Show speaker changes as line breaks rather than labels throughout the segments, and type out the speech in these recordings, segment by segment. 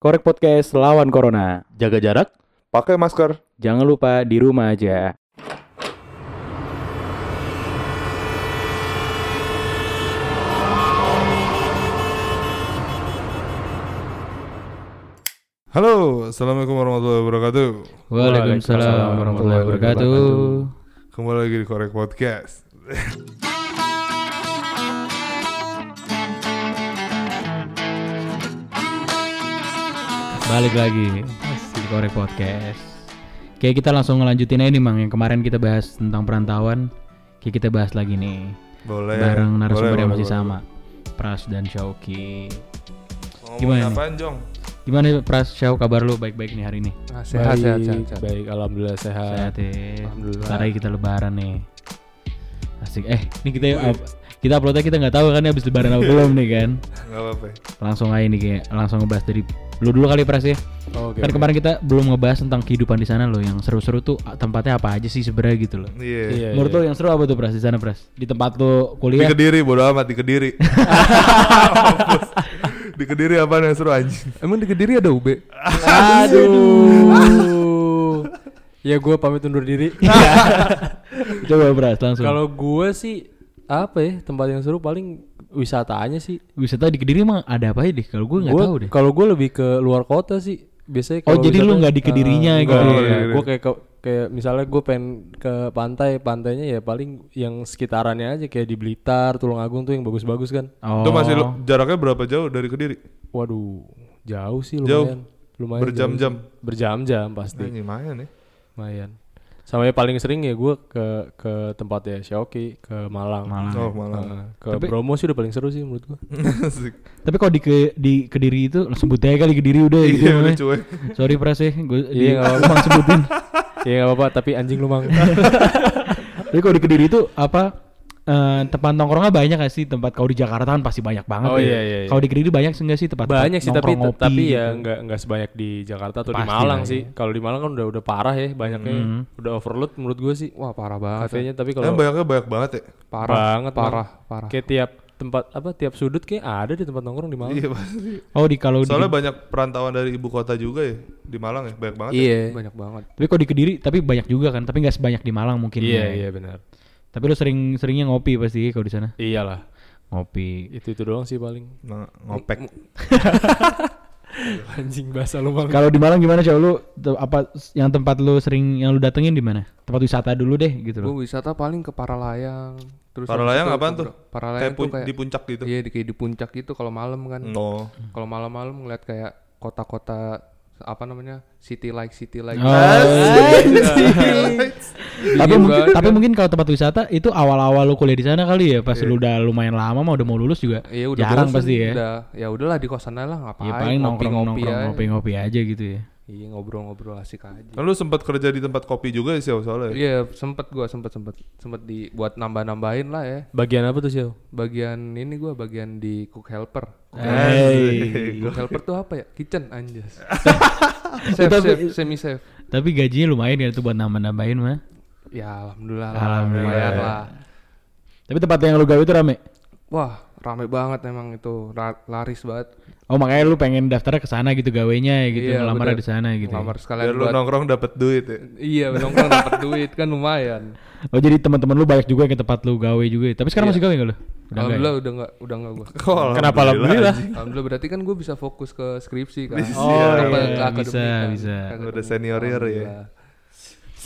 Korek Podcast lawan Corona.
jaga jarak.
Pakai masker.
Jangan lupa di rumah aja.
Halo, assalamualaikum warahmatullahi wabarakatuh.
Waalaikumsalam warahmatullahi wabarakatuh.
Kembali lagi di Korek Podcast.
Balik lagi di Korek Podcast. Oke, kita langsung ngelanjutin aja nih, Mang. Yang kemarin kita bahas tentang perantauan, Oke, kita bahas lagi nih.
Boleh.
Bareng
boleh,
narasumber yang
boleh,
masih
boleh.
sama. Pras dan Syauki.
Ngomongin
Gimana nih?
apaan, Jong?
Gimana Pras, Syau kabar lu baik-baik nih hari ini?
sehat,
baik,
sehat, sehat, sehat.
Baik, alhamdulillah sehat.
Sehat ya.
Alhamdulillah.
Bentar lagi kita lebaran nih. Asik. Eh, ini kita up- kita uploadnya kita nggak tahu kan ini habis lebaran apa belum nih kan.
Gak apa-apa.
langsung aja nih kayak langsung ngebahas dari lu dulu kali Pras ya.
Oke.
kan kemarin kita belum ngebahas tentang kehidupan di sana loh yang seru-seru tuh ah, tempatnya apa aja sih sebenarnya gitu loh.
Iya.
Iya,
Menurut lu yang seru apa tuh Pras di sana Pras? Di tempat lu
Di
kuliah?
Kediri, bodo amat di Kediri. Mampus. di Kediri apaan yang seru anjing?
Emang di Kediri ada UB?
Aduh.
ya gue pamit undur diri.
Coba Pras langsung. Kalau
Kalau gue sih apa ya tempat yang seru paling wisatanya sih.
wisata di Kediri emang ada apa aja deh? Kalau gue nggak
Gua-
tahu deh.
Kalau gue lebih ke luar kota sih. Biasanya
Oh,
kalau
jadi lu
wisata-
nggak di Kedirinya
Ah,
gitu
ya?
nggak, nggak. Gue kayak ke- kayak misalnya gue pengen ke pantai, pantainya ya paling yang sekitarannya aja kayak di Blitar, Tulungagung tuh yang bagus-bagus kan.
Oh.
Itu masih lu- jaraknya berapa jauh dari Kediri?
Waduh, jauh sih
Jauh.
lumayan. Lumayan.
Berjam-jam.
jauh. Berjam-jam pasti.
Ini lumayan ya.
iya, Lumayan. Sama yang paling sering ya gue ke ke tempatnya Xiaoki ke Malang.
Malang.
Oh,
Heeh,
malah.
ke
Tapi-
Bromo sih udah paling seru sih menurut gue.
Asik.
Tapi kalau di ke, di Kediri itu sebut aja kali Kediri udah gitu.
Iya, udah
namanya.
cuek.
Sorry Pras ya, gue di
Iya, nggak apa-apa.
emang sebutin.
Iya nggak apa-apa tapi anjing lu mang.
Tapi kalau di Kediri itu apa eh, tempat nongkrongnya banyak gak sih? Tempat kalau di Jakarta kan pasti banyak banget
Oh,
ya.
iya, iya, iya.
Kalau di Kediri banyak sih enggak sih tempat gitu?
Banyak sih tapi tapi ya nggak nggak sebanyak di Jakarta atau di
Pasti
Malang
lah,
sih. Kalau di Malang kan udah udah parah ya banyaknya.
Hmm.
Udah overload menurut gue sih.
Wah parah banget.
Kafenya tapi
Kan
kalau
banyaknya banyak banget ya.
Parah
banget,
parah
Bang.
parah.
kayak tiap tempat apa tiap sudut kayak ada di tempat nongkrong di Malang.
Iya, pasti.
Oh di kalau di,
Soalnya banyak perantauan dari ibu kota juga ya di Malang ya, banyak
Iya.
banget. ya.
Iya.
Banyak banget.
tapi kalau di Kediri tapi banyak juga kan, tapi nggak sebanyak di Malang mungkin.
Iya
ya.
iya benar.
Tapi lu sering-seringnya ngopi pasti kalau di sana.
Iyalah.
Ngopi.
Itu itu doang sih paling.
Nah, ngopek.
Anjing bahasa lu Mang.
Kalau di Malang gimana Cau? Lu te- apa yang tempat lu sering yang lu datengin di mana? Tempat wisata dulu deh gitu loh.
Gue wisata paling ke Paralayang. Terus
Paralayang
habis itu
apaan
ke-
tuh?
Paralayang
Kayak
tuh
pun-
kayak
di puncak gitu. Hmm. Oh.
Iya, di kayak di puncak gitu kalau malam kan.
No.
Hmm.
Kalau malam-malam ngeliat kayak kota-kota apa namanya? City like city like.
tapi
Dingin
mungkin
banget
tapi
kan.
mungkin kalau tempat wisata itu awal-awal lu kuliah di sana kali ya, pas lu udah lumayan lama mah udah mau lulus juga.
Iya, udah
jarang
bosen,
pasti ya.
Udah, ya udahlah di kosan aja lah ngapain?
Ya paling nongkrong
ngopi-ngopi
nongkrong
aja.
ngopi ngopi aja gitu ya.
Iya, ngobrol-ngobrol asik aja.
Kan lu sempat kerja di tempat kopi juga sih soalnya. ya?
Iya, sempet gua sempet sempet sempet dibuat nambah-nambahin lah ya.
Bagian apa tuh sih?
Bagian ini gua bagian di cook helper.
Hey.
Cook helper tuh apa ya? Kitchen anjas.
Itu
chef,
tapi-
chef, semi chef.
Tapi gajinya lumayan ya tuh buat nambah-nambahin mah.
Ya alhamdulillah lah.
Alhamdulillah.
lumayan lah.
Tapi tempat yang lu gawe itu rame.
Wah rame banget emang itu ra- laris banget.
Oh makanya lu pengen daftarnya ke sana gitu gawenya ya gitu,
Iya,
ngelamar
bener.
di sana gitu. ya.
Ngelamar sekalian
Biar lu
buat.
nongkrong dapat duit ya.
Iya nongkrong dapat duit kan lumayan.
Oh jadi teman-teman lu banyak juga yang ke tempat lu gawe juga. ya. Tapi
Iya.
sekarang masih gawe enggak lu?
Oh,
Udah enggak ya?
alhamdulillah udah nggak udah nggak gua.
Kok
Kenapa alhamdulillah?
Alhamdulillah berarti kan gue bisa fokus ke skripsi kan. Ke-
Oh,
iya,
ke
bisa,
akademik kan.
bisa.
Ke akademik. Iya.
Udah senior-ior ya.
Alhamdulillah.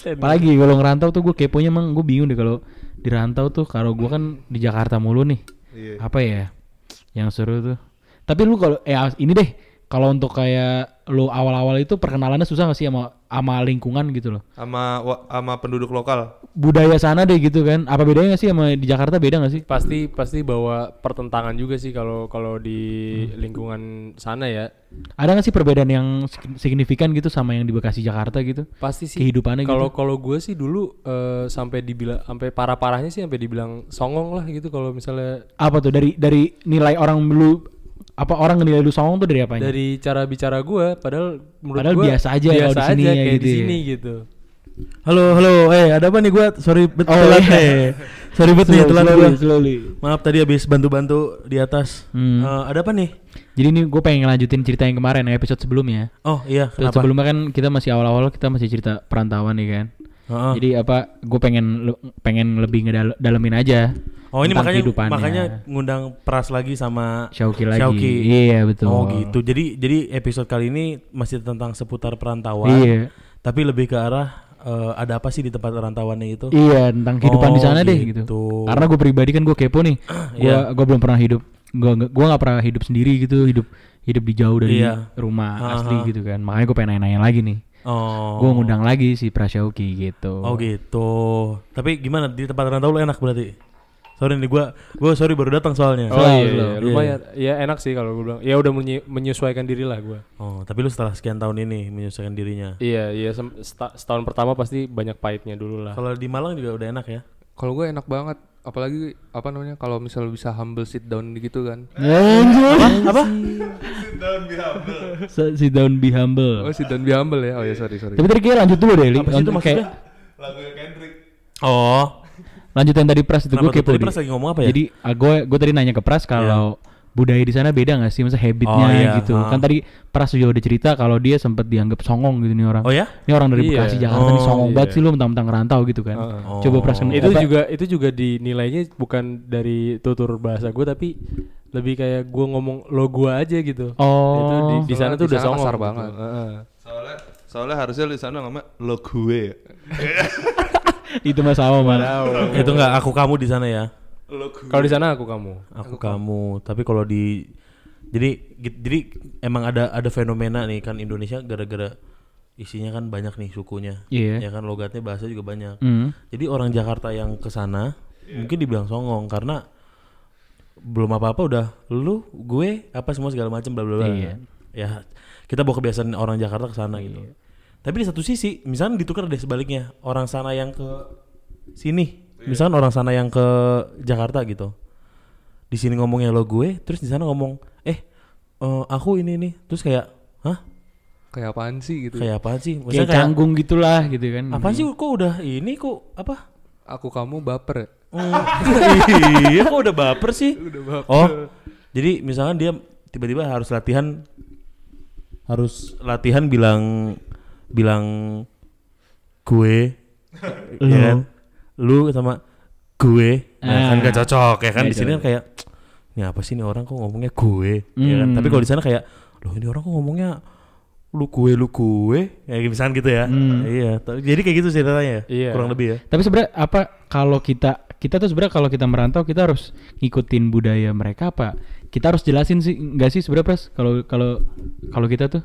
Apalagi kalau ngerantau tuh gue keponya emang gue bingung deh kalau di rantau tuh kalau gue kan di Jakarta mulu nih.
Iya.
Apa ya yang seru tuh? Tapi lu kalau eh ini deh kalau untuk kayak lu awal-awal itu perkenalannya susah gak sih sama sama lingkungan gitu loh.
Sama wa- sama penduduk lokal.
Budaya sana deh gitu kan. Apa bedanya gak sih sama di Jakarta beda gak sih?
pasti pasti bawa pertentangan juga sih kalau kalau di lingkungan sana ya
Ada gak sih perbedaan yang sig- signifikan gitu sama yang di Bekasi Jakarta gitu?
pasti sih
Kehidupannya
kalau
gitu.
kalau gue sih dulu eh, sampai dibilang sampai parah parahnya sih sampai dibilang songong lah gitu kalau misalnya
Apa tuh dari dari nilai orang dulu apa orang nilai lu songong tuh dari apanya?
dari cara bicara gue padahal menurut
Padahal
gua
biasa aja kalau di
biasa
sini
aja
ya
kayak
gitu
di
ya.
sini gitu
Halo, halo. Eh, ada apa nih gua? Sorry bet
Oh,
telat
iya.
eh. Sorry bet nih
Slowly,
telat gua.
slowly, slowly.
Maaf tadi habis bantu-bantu di atas.
Hmm.
Eh, ada apa nih?
Jadi ini gue pengen lanjutin cerita yang kemarin ya, episode sebelumnya.
Oh iya,
Episode
kenapa?
sebelumnya kan kita masih awal-awal kita masih cerita perantauan nih kan.
Heeh.
Jadi apa? Gue pengen le- pengen lebih ngedalamin aja.
oh
tentang
ini makanya
kehidupannya.
makanya ngundang Pras lagi sama
Syauki lagi.
Syauki.
Iya betul.
Oh gitu. Jadi jadi episode kali ini masih tentang seputar perantauan.
Iya,
Tapi lebih ke arah eh, ada apa sih di tempat perantauannya itu?
iya tentang kehidupan
Oh,
di sana deh gitu.
gitu.
Karena gue pribadi kan gue kepo nih. Gue
Iya.
gue belum pernah hidup. Gue gue nggak pernah hidup sendiri gitu, hidup hidup di jauh dari
Iya.
rumah
Ha,
asli
ha.
gitu kan. Makanya gue pengen nanya-nanya lagi nih.
Oh.
Gue ngundang lagi si Prasyauki gitu.
Oh gitu. Tapi gimana di tempat rantau lu enak berarti? Sorry nih gua gua sorry baru datang soalnya.
Oh iya, iya,
Iya.
Lumayan ya enak sih kalau gue bilang. Ya udah menyi- menyesuaikan diri lah gue.
Oh, tapi lu setelah sekian tahun ini menyesuaikan dirinya.
Iya, iya sem- seta- setahun pertama pasti banyak pahitnya dulu lah.
Kalau di Malang juga udah enak ya.
Kalau gue enak banget, apalagi apa namanya kalau misal bisa humble sit down gitu kan.
Apa? Si- si Down Be Humble.
Oh sit down be humble ya. Oh ya sorry sorry.
Tapi tadi kayak lanjut dulu deh, Li.
Apa sih itu
Lanjut
maksudnya?
kayak-
Oh.
lanjut yang tadi Pras itu
Kenapa
gue
tuh?
kepo.
Tadi
Di.
Pras lagi ngomong apa ya? Iya.
Jadi gue gue tadi nanya ke Pras kalau budaya di sana beda nggak sih, masa habitnya
Oh, iya,
gitu.
ha.
Kan tadi Pras juga udah cerita kalau dia sempat dianggap songong gitu nih orang.
Oh ya?
Ini orang dari
Iya.
Bekasi Jakarta nih
Oh,
songong banget
iya.
sih lu mentang-mentang rantau gitu kan.
Heeh.
Coba
Oh.
Pras ken-
itu
apa-
juga itu juga dinilainya bukan dari tutur bahasa gue tapi lebih kayak gue ngomong lo gue aja gitu.
Oh.
Itu di, di sana
Soalnya
tuh
di
udah
sana
songong.
kasar
gitu.
banget.
Heeh.
Soalnya soalnya harusnya lu di sana ngomong lo gue. ya?"
itu mah sama malah.
itu enggak aku kamu di sana ya.
Lo gue.
Kalau di sana aku kamu.
Aku, kamu. Tapi kalau di jadi gi- jadi emang ada ada fenomena nih kan Indonesia gara-gara isinya kan banyak nih sukunya.
Iya.
Ya kan logatnya bahasa juga banyak.
Hmm.
Jadi orang Jakarta yang ke sana mungkin dibilang songong karena belum apa-apa udah lu, gue, apa semua segala macam bla bla bla.
Iya.
Ya, kita bawa kebiasaan orang Jakarta ke sana gitu. Tapi di satu sisi, misalnya ditukar deh sebaliknya, orang sana yang ke sini, misalnya orang sana yang ke Jakarta gitu. Di sini ngomongnya lo gue, terus di sana ngomong, "Eh, eh, aku ini nih." Terus kayak, "Hah?
Kayak apaan sih gitu.
Kayak apaan sih?"
Kayak canggung gitulah gitu kan.
Apaan sih kok udah ini kok apa?
Aku kamu baper. ya?
iya kok udah baper sih oh jadi misalkan dia tiba-tiba harus latihan harus latihan bilang bilang gue
Lu.
ya kan? lu sama gue nah, kan
Ah.
gak cocok ya kan
Nggak
di sini kan
cocok.
kayak ini apa sih nih orang kok ngomongnya gue ya kan
Hmm.
tapi kalau di sana kayak loh ini orang kok ngomongnya lu gue lu gue ya misalkan gitu ya
Hmm.
iya jadi kayak gitu ceritanya
Iya.
kurang lebih ya
Tapi sebenarnya apa kalau kita kita tuh sebenarnya kalau kita merantau kita harus ngikutin budaya mereka apa? Kita harus jelasin sih nggak sih sebenarnya pres kalau kalau kalau kita tuh.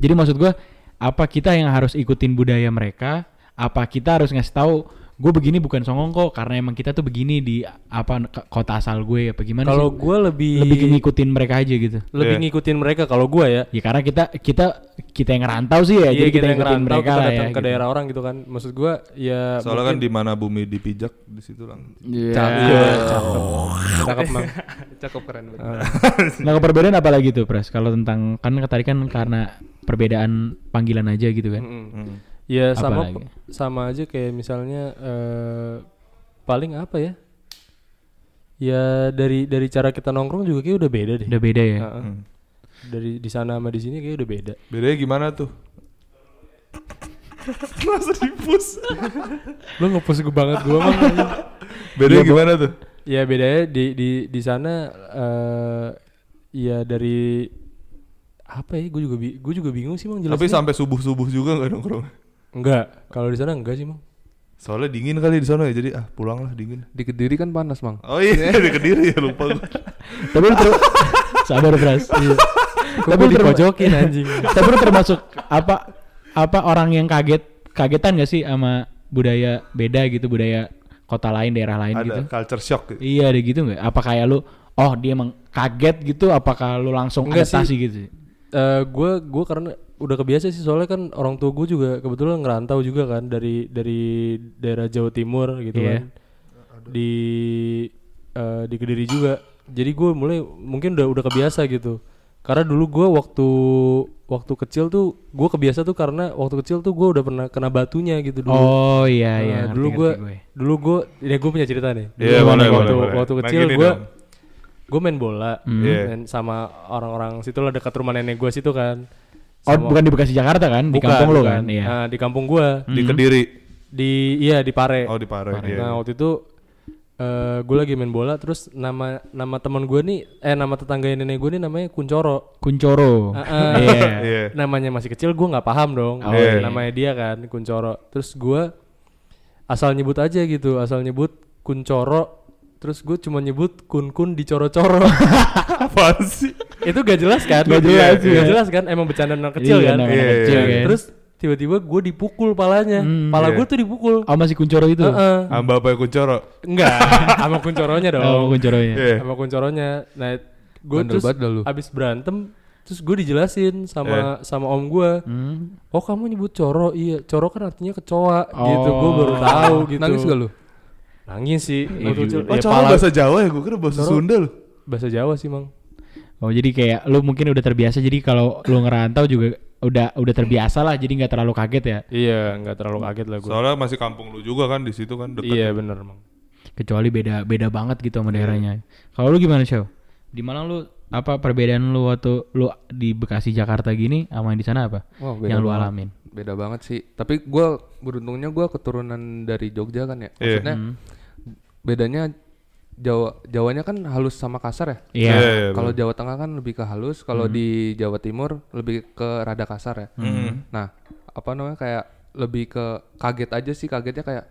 Jadi maksud gua apa kita yang harus ikutin budaya mereka? Apa kita harus ngasih tahu gue begini bukan songong kok karena emang kita tuh begini di apa ke- kota asal gue apa gimana
Kalau
sih?
gue lebih
lebih ngikutin mereka aja gitu.
lebih ngikutin mereka kalau gue ya.
Ya karena kita kita kita yang ngerantau sih ya, jadi kita,
Iya, yang
ikutin
ngerantau,
mereka
kita
lah ya.
datang ke
gitu.
daerah orang gitu kan. Maksud gue ya
Soalnya kan
mungkin-
di mana bumi dipijak di situ lang.
Iya. Cakep.
cakep mang.
Cakep keren banget.
Nah, kalau perbedaan apa lagi tuh, Pres? Kalau tentang kan tadi kan karena perbedaan panggilan aja gitu kan.
Ya
Apa
sama
lagi?
sama aja kayak misalnya eh, paling apa ya? Ya dari dari cara kita nongkrong juga kayak udah beda deh.
Udah beda ya.
Heeh. Dari di sana sama di sini kayak udah beda.
Hmm. Bedanya gimana tuh?
Lu ngepus gue banget gua mah.
Iya,
Bedanya gimana tuh?
ya bedanya di di di sana eh ya dari apa ya? Gue juga bi- gua juga bingung sih mang
Tapi
jelasnya.
sampai subuh-subuh juga nggak nongkrong.
enggak. Kalau di sana enggak sih mang.
Soalnya dingin kali di sana ya, jadi ah pulang lah dingin.
Di Kediri kan panas, Mang.
Oh iya, di Kediri ya lupa gue.
Tapi lu ter- sabar, Pres. Iya. Tapi
Gue
lu terma-
dipojokin anjing.
Tapi lu termasuk apa apa orang yang kaget kagetan gak sih sama budaya beda gitu, budaya kota lain, daerah lain
Ada
gitu?
culture shock gitu.
Iya, ada gitu nggak? Apa kayak lu oh dia emang kaget gitu apakah lu langsung
Nggak sih.
adaptasi gitu?
Eh gue gue karena udah kebiasa sih soalnya kan orang tua gue juga kebetulan ngerantau juga kan dari dari daerah Jawa Timur gitu
Iya.
kan di eh, di Kediri juga jadi gue mulai mungkin udah udah kebiasa gitu karena dulu gue waktu waktu kecil tuh gue kebiasa tuh karena waktu kecil tuh gue udah pernah kena batunya gitu dulu
Oh iya
Nah,
iya. ngerti,
dulu
ngerti
gue dulu gue ya gue punya cerita nih Dulu
Iya, boleh,
waktu
boleh, boleh.
waktu
Nah,
kecil
gini
gue
dong.
gue main bola
Hmm.
Iya.
main sama orang-orang situ lah dekat rumah nenek gue situ kan
Oh,
Sama-
bukan di Bekasi Jakarta kan? Di
Bukan,
kampung lo
bukan.
kan? Iya.
Nah, di kampung gue
Di
Hmm.
Kediri.
di iya di Pare
Oh di Pare. iya.
Nah waktu itu eh gue lagi main bola terus nama nama teman gue nih eh nama tetangga nenek gue nih namanya Kuncoro.
Kuncoro.
Heeh.
Iya.
Iya.
Namanya masih kecil gue nggak paham dong.
Oh, iya.
Namanya dia kan Kuncoro. Terus gue asal nyebut aja gitu asal nyebut Kuncoro. Terus gue cuma nyebut kun kun dicoro-coro.
Apaan sih?
itu gak jelas kan?
Gak jelas,
Gak
iya.
jelas kan? Emang bercanda anak kecil
Iya,
kan?
anak-anak
Iya,
kecil
iya.
kan.
Terus tiba-tiba gue dipukul palanya.
Hmm,
Pala
iya.
gue tuh dipukul.
oh masih Kuncoro itu?
Heeh.
Amba apa kuncoro?
Enggak, sama kuncoronya dong.
Oh, Kuncoro ya.
Iya.
sama kuncoronya. Nah, gue
Bandel
terus
banget dah lu.
abis berantem, terus gue dijelasin
Eh.
sama sama om gue.
Hmm.
Oh kamu nyebut coro, iya coro kan artinya kecoa gitu.
Oh.
Gue baru tahu gitu.
Ah, Nangis gak lu?
Nangis sih. waktu kecil.
Oh
Ya,
coro
pala-
bahasa Jawa ya? Gue kira bahasa
Coro-
Sunda loh.
bahasa Jawa sih mang.
Oh, jadi kayak lu mungkin udah terbiasa jadi kalau lu ngerantau juga udah udah terbiasa lah jadi nggak terlalu kaget ya.
Iya, nggak terlalu kaget lah gue.
Soalnya masih kampung lu juga kan di situ kan deket.
Iya bener mang.
Kecuali beda beda banget gitu sama daerahnya. Kalau lu gimana, Show? Di Malang lu apa perbedaan lu waktu lu di Bekasi Jakarta gini sama yang di sana apa?
Wah, beda
yang lu
banget.
alamin.
Beda banget sih. Tapi gua beruntungnya gua keturunan dari Jogja kan ya.
Iya.
Maksudnya bedanya Jawa Jawanya kan halus sama kasar ya.
Iya.
Iya, iya,
Kalau Jawa Tengah kan lebih ke halus, kalau
Hmm.
di Jawa Timur lebih ke rada kasar ya. Nah, apa namanya kayak lebih ke kaget aja sih kagetnya kayak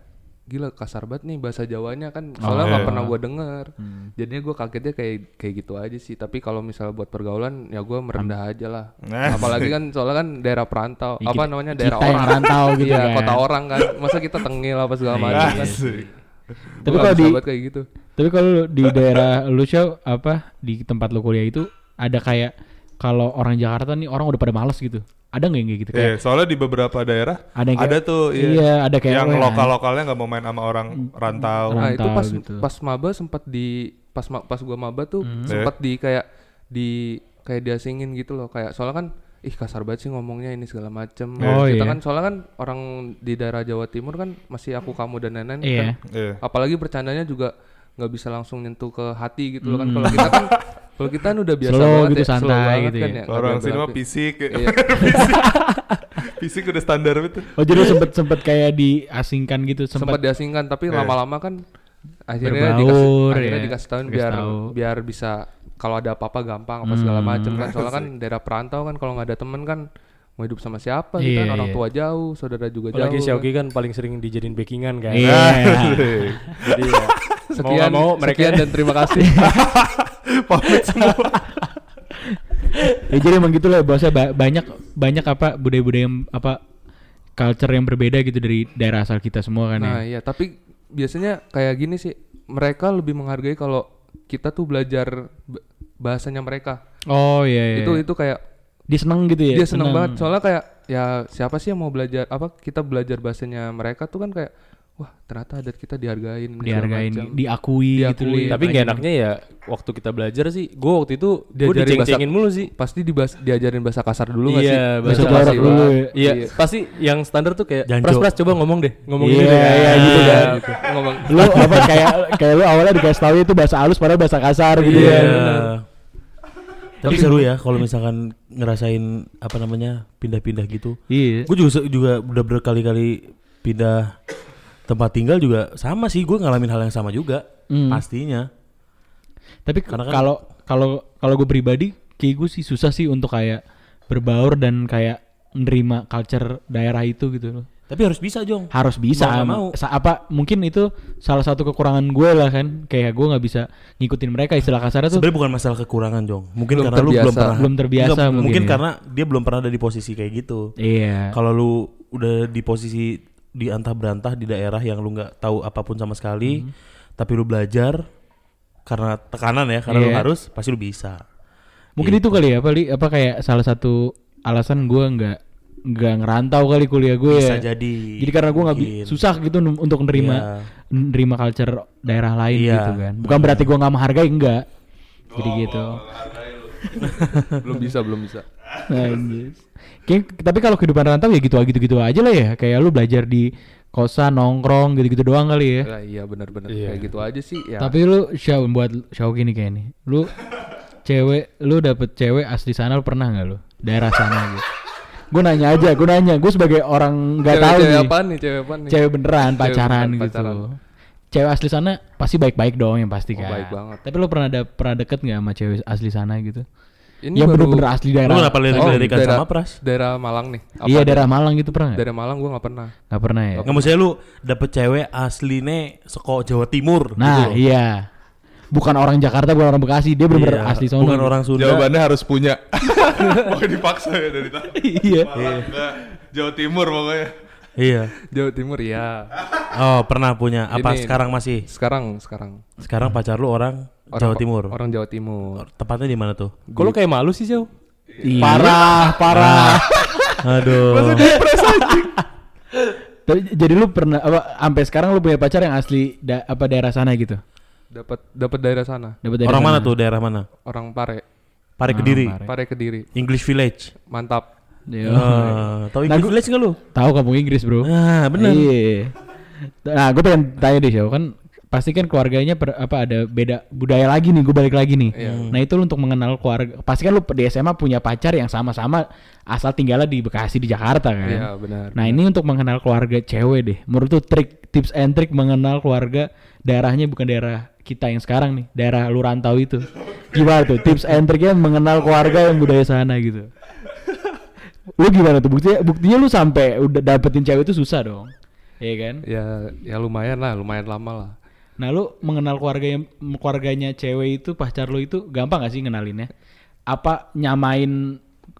gila kasar banget nih bahasa Jawanya kan
Oh,
soalnya nggak
iya.
pernah gua denger.
Hmm.
Jadinya gua kagetnya kayak kayak gitu aja sih. Tapi kalau misalnya buat pergaulan ya gua merendah aja lah.
Nah.
Apalagi kan soalnya kan daerah perantau,
Ya,
apa
kita-
namanya daerah
kita yang
orang.
merantau gitu
Iya,
kan. Iya,
kota orang kan. Masa kita tengil apa segala
Iya,
macam kan.
Asik.
Tapi
Gua nggak
kalau
bisa
di-
banget kayak gitu.
Tapi kalau di daerah lu show apa di tempat lu kuliah itu ada kayak kalau orang Jakarta nih orang udah pada males gitu. Ada nggak yang kayak gitu? Kayak
Iya, soalnya di beberapa daerah
Ada
ada,
yang kayak-
tuh iya,
iya, ada kayak
yang
lo ya.
lokal-lokalnya nggak mau main sama orang rantau.
Ra-
Nah itu
Rantau
pas
gitu. Hmm.
pas maba sempat di pas ma- pas gua maba tuh sempat di kayak di kayak diasingin gitu loh kayak soalnya kan ih kasar banget sih ngomongnya ini segala macem
Oh, iya.
kita kan soalnya kan orang di daerah Jawa Timur kan masih aku kamu dan nenek
Iya.
kan
Iya.
apalagi bercandanya juga nggak bisa langsung nyentuh ke hati gitu loh kan kalau kita kan kalau kita kan udah biasa
Hmm. Slow
banget
gitu,
ya, slow
santai
banget
gitu ya.
kan ya, nggak
Orang
bela-belain.
sini mah fisik,
Iya.
fisik udah standar itu.
Oh jadi lu sempet sempet kayak diasingkan gitu
sempat
sempet. Iya.
diasingkan tapi lama-lama kan akhirnya
Berbaur,
dikasih
ya.
akhirnya dikasih tahuin
Dikasih
biar
tahu. Hmm,
biar bisa kalau ada apa-apa gampang apa segala macem kan soalnya kan daerah perantau kan kalau nggak ada temen kan mau hidup sama siapa gitu
Iya,
kan orang
iya.
tua jauh saudara juga
Apalagi
jauh
Xiaoki kan paling sering dijadiin backingan kan.
Iya.
Nah.
Jadi ya,
kan. sekian
mau nggak mau mereka-
sekian dan terima kasih
Pamit semua.
ya, jadi emang gitu lah bahasa ba- banyak banyak apa budaya-budaya yang- apa culture yang berbeda gitu dari daerah asal kita semua kan ya.
nah iya tapi biasanya kayak gini sih mereka lebih menghargai kalau kita tuh belajar b- bahasanya mereka
Oh iya iya.
itu itu kayak
dia seneng gitu ya.
dia seneng banget soalnya kayak ya siapa sih yang mau belajar apa kita belajar bahasanya mereka tuh kan kayak wah ternyata adat kita dihargain segala
dihargain,
macam."
diakui, gitu.
Diakui.
Li.
tapi nggak enaknya ya waktu kita belajar sih, gue waktu itu gue
Diajarin
diceng-cengin
bahasa-
mulu sih.
pasti dibahas, diajarin bahasa kasar dulu nggak sih
Iya,
bahasa
bahasa
jorok
kasar
dulu
banget.
ya.
Iya,
Gitu
pasti yang standar tuh kayak
Janjo.
pras pras coba ngomong deh, ngomong
Iya,
gitu deh.
iya,
Nah,
gitu kan.
gitu.
ngomong
lu apa kayak kayak lu awalnya dikasih tahu itu bahasa halus padahal bahasa kasar gitu
Iya.
ya.
Tapi seru ya kalau misalkan ngerasain apa namanya pindah-pindah gitu.
Iya.
Gue juga juga udah berkali-kali pindah tempat tinggal juga sama sih. Gue ngalamin hal yang sama juga
Hmm.
pastinya.
Tapi
Karena kan-
kalau kalau kalau gue pribadi, kayak gue sih susah sih untuk kayak berbaur dan kayak nerima culture daerah itu gitu loh.
Tapi harus bisa Jong.
Harus bisa.
Mau nggak
am-
mau.
sa- apa mungkin itu salah satu kekurangan gue lah kan. Kayak gue nggak bisa ngikutin mereka istilah kasarnya tuh.
Sebenarnya bukan masalah kekurangan Jong.
Belum
Mungkin karena lu belum
terbiasa.
pernah
Belum terbiasa
Nggak,
mungkin
mungkin.
ya.
karena dia belum pernah ada di posisi kayak gitu.
Iya.
Kalau lu udah di posisi di antah berantah di daerah yang lu nggak tahu apapun sama sekali,
Mhm.
tapi lu belajar karena tekanan ya, karena lu
Iya.
harus pasti lu bisa.
Mungkin
gitu.
itu kali ya, apa Li? apa kayak salah satu alasan gue nggak nggak ngerantau kali kuliah gue
Bisa
ya.
jadi.
Jadi karena gue nggak bi-
Mungkin.
susah gitu n- untuk nerima nerima culture daerah lain
Iya.
gitu kan. Bukan berarti gue nggak menghargai enggak. Jadi gitu.
belum bisa belum bisa
Anjir. Kayak- tapi kalau kehidupan rantau ya gitu gitu gitu aja lah ya. Kayak lu belajar di kosan nongkrong gitu-gitu doang kali ya.
Ya, iya benar-benar
Iya.
kayak gitu aja sih ya.
Tapi lu show buat show gini kayak ini. Lu cewek, lu dapet cewek asli sana lu pernah nggak lu? Daerah sana gitu. Gue nanya aja, gue nanya. Gue sebagai orang nggak tahu
cewek
nih.
apaan nih, cewek apaan nih?
Cewek beneran
Cewek
pacaran
beneran
gitu.
pacaran.
Cewek asli sana pasti baik-baik dong yang pasti
Oh,
kan.
baik banget.
Tapi lu pernah ada pernah deket nggak sama cewek asli sana gitu?
Ini
yang
baru Oh,
bener-bener asli daerah.
Lu kenapa lirik-lirikan
daerah-
sama Pras?
Daerah Malang nih. Oh, Apa?
Iya daerah Malang gitu pernah nggak?
Daerah Malang gua nggak pernah.
Nggak pernah ya.
Nggak maksudnya lu dapet cewek asline seko Jawa Timur
Nah
gitu.
iya. Bukan orang Jakarta, bukan orang Bekasi, dia bener-bener
Iya,
asli sono.
Bukan orang Sunda.
Jawabannya harus punya. Mau dipaksa ya dari tadi.
Iya.
Malang, enggak. Jawa Timur pokoknya.
Iya.
Jawa Timur ya.
Oh, pernah punya. Apa
Ini-
sekarang masih?
Sekarang sekarang
Nah.
Sekarang pacar lu orang,
Orang-
Jawa Timur.
Orang Jawa Timur.
Tepatnya di mana tuh?
Kok lu kayak malu sih, Jau?
Iya. Parah, parah.
Aduh.
Tapi jadi lu pernah apa sampai sekarang lu punya pacar yang asli da- apa daerah sana gitu?
Dapat dapat daerah sana.
Dapat daerah
Orang
sana.
mana tuh? Daerah mana?
Orang Pare.
Pare Kediri.
Nah, Pare.
Pare Kediri.
English Village.
Mantap.
Iya.
Eh, tahu English Village nggak lu?
Tahu kampung Inggris, Bro.
Nah, bener.
Iya. Nah, gue pengen tanya deh, Syau. Kan pasti kan keluarganya per- apa ada beda budaya lagi nih, gue balik lagi nih. Nah, itu lu untuk mengenal keluarga. Pasti kan lu di SMA punya pacar yang sama-sama asal tinggalnya di Bekasi di Jakarta kan.
Iya, benar.
Nah, ini untuk mengenal keluarga cewek deh. Menurut lu trik tips and trick mengenal keluarga daerahnya bukan daerah kita yang sekarang nih, daerah lu rantau itu. Gimana tuh tips and tricknya mengenal keluarga yang budaya sana gitu. lu gimana tuh buktinya? Buktinya lu sampai udah dapetin cewek itu susah dong. Iya kan?
Ya ya lumayan lah, lumayan lama lah.
Nah, lu mengenal keluarga yang keluarganya cewek itu pacar lu itu gampang gak sih ngenalinnya? Apa nyamain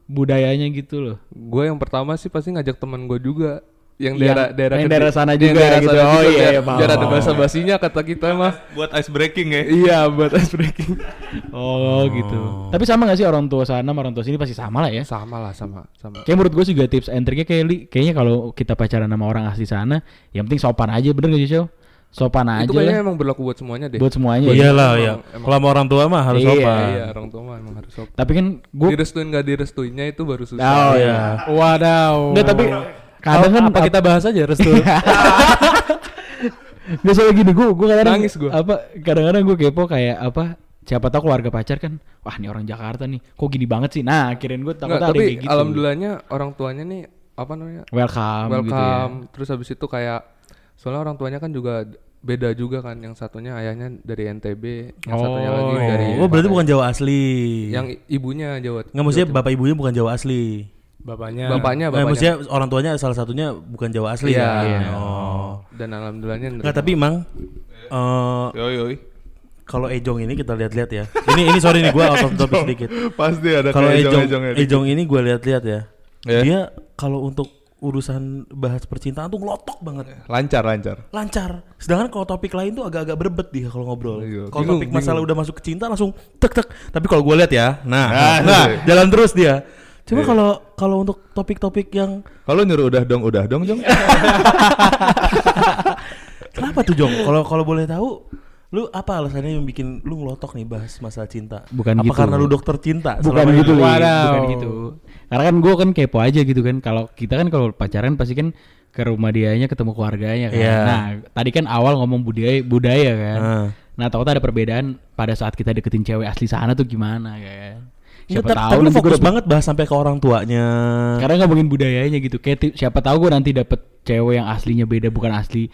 budayanya gitu loh?
Gue yang pertama sih pasti ngajak teman gue juga yang
Yang-
daerah daerah
yang
Kediri-
daerah sana
yang
juga gitu.
sana
Oh,
juga,
iya,
biar-
iya, paham,
biar ada
paham.
bahasa basinya kata kita mah
Buat ice breaking ya.
iya buat ice breaking
Oh, gitu. Tapi sama gak sih orang tua sana sama orang tua sini pasti sama lah ya?
sama lah sama sama
Kayak menurut gue juga tips and tricknya kayak li, kayaknya kalau kita pacaran sama orang asli sana, yang penting sopan aja bener gak sih Show? Sopan aja
itu kayaknya
lah
emang berlaku buat semuanya deh
buat semuanya. ya.
Iyalah,
Emang-
ya.
emang-
Kalau sama orang tua mah harus
Iya.
sopan.
iya orang tua mah emang harus sopan
Tapi kan gue
direstuin gak direstuinnya itu baru susah
Oh
Iya.
iya.
Wadaw.
Enggak tapi kadang kan
apa kita bahas aja restu?
Gak soalnya gini gue gue kadang
Nangis gua.
apa kadang-kadang gue kepo kayak apa siapa tahu keluarga pacar kan wah ini orang Jakarta nih kok gini banget sih nah kirain gue takut
Nggak,
ada
tapi
yang kayak gitu
alhamdulillahnya orang tuanya nih apa namanya
welcome, gitu ya.
welcome terus habis itu kayak soalnya orang tuanya kan juga d- beda juga kan yang satunya ayahnya dari NTB yang satunya lagi
iya,
dari
Oh, berarti bukan Jawa asli.
yang Iya, i- ibunya Jawa
Nggak maksudnya bapak ibunya bukan Jawa asli.
Bapaknya.
bapaknya
Eh,
bapaknya
maksudnya orang tuanya salah satunya bukan Jawa asli
Iya.
kan?
Iya.
Oh.
dan alhamdulillahnya
Nggak, tapi Mang eh,
Yoi yoi.
kalau Ejong ini kita lihat-lihat ya. Ini ini sorry nih gua out of topic sedikit.
Pasti ada
Kalau
kayak
Ejong
ejong-ejongnya.
Ejong ini gua lihat-lihat ya.
Iya.
Ya.
Dia kalau untuk urusan bahas percintaan tuh ngelotok banget.
Lancar lancar.
Lancar. Sedangkan kalau topik lain tuh agak-agak berbet dia kalau ngobrol.
Iya,
Kalau
bingung,
topik masalah udah masuk ke cinta langsung tek tek. Tapi kalau gua lihat ya,
Nah,
nah, nah, nah,
iya.
jalan terus dia.
Iya.
Cuma kalau kalau untuk topik-topik yang
Kalau nyuruh udah dong udah dong Jong.
Kenapa tuh Jong? Kalau kalau boleh tahu, lu apa alasannya yang bikin lu ngelotok nih bahas masalah cinta?
Bukan
apa
gitu.
karena lu dokter cinta?
bukan
selama
gitu
ini?
Li.
Wadaw.
bukan gitu karena kan gue kan kepo aja gitu kan kalau kita kan kalau pacaran pasti kan ke rumah dianya ketemu keluarganya kan
Iya.
nah tadi kan awal ngomong budaya budaya kan
Heeh.
nah takutnya ada perbedaan pada saat kita deketin cewek asli sana tuh gimana kan siapa
Nggak, Iya, tapi-
tahu
tapi lu
nanti gua
fokus
dapet-
banget bahas sampai ke orang tuanya.
Karena ngomongin budayanya gitu. Kayak ti- siapa tahu gue nanti dapet cewek yang aslinya beda bukan asli.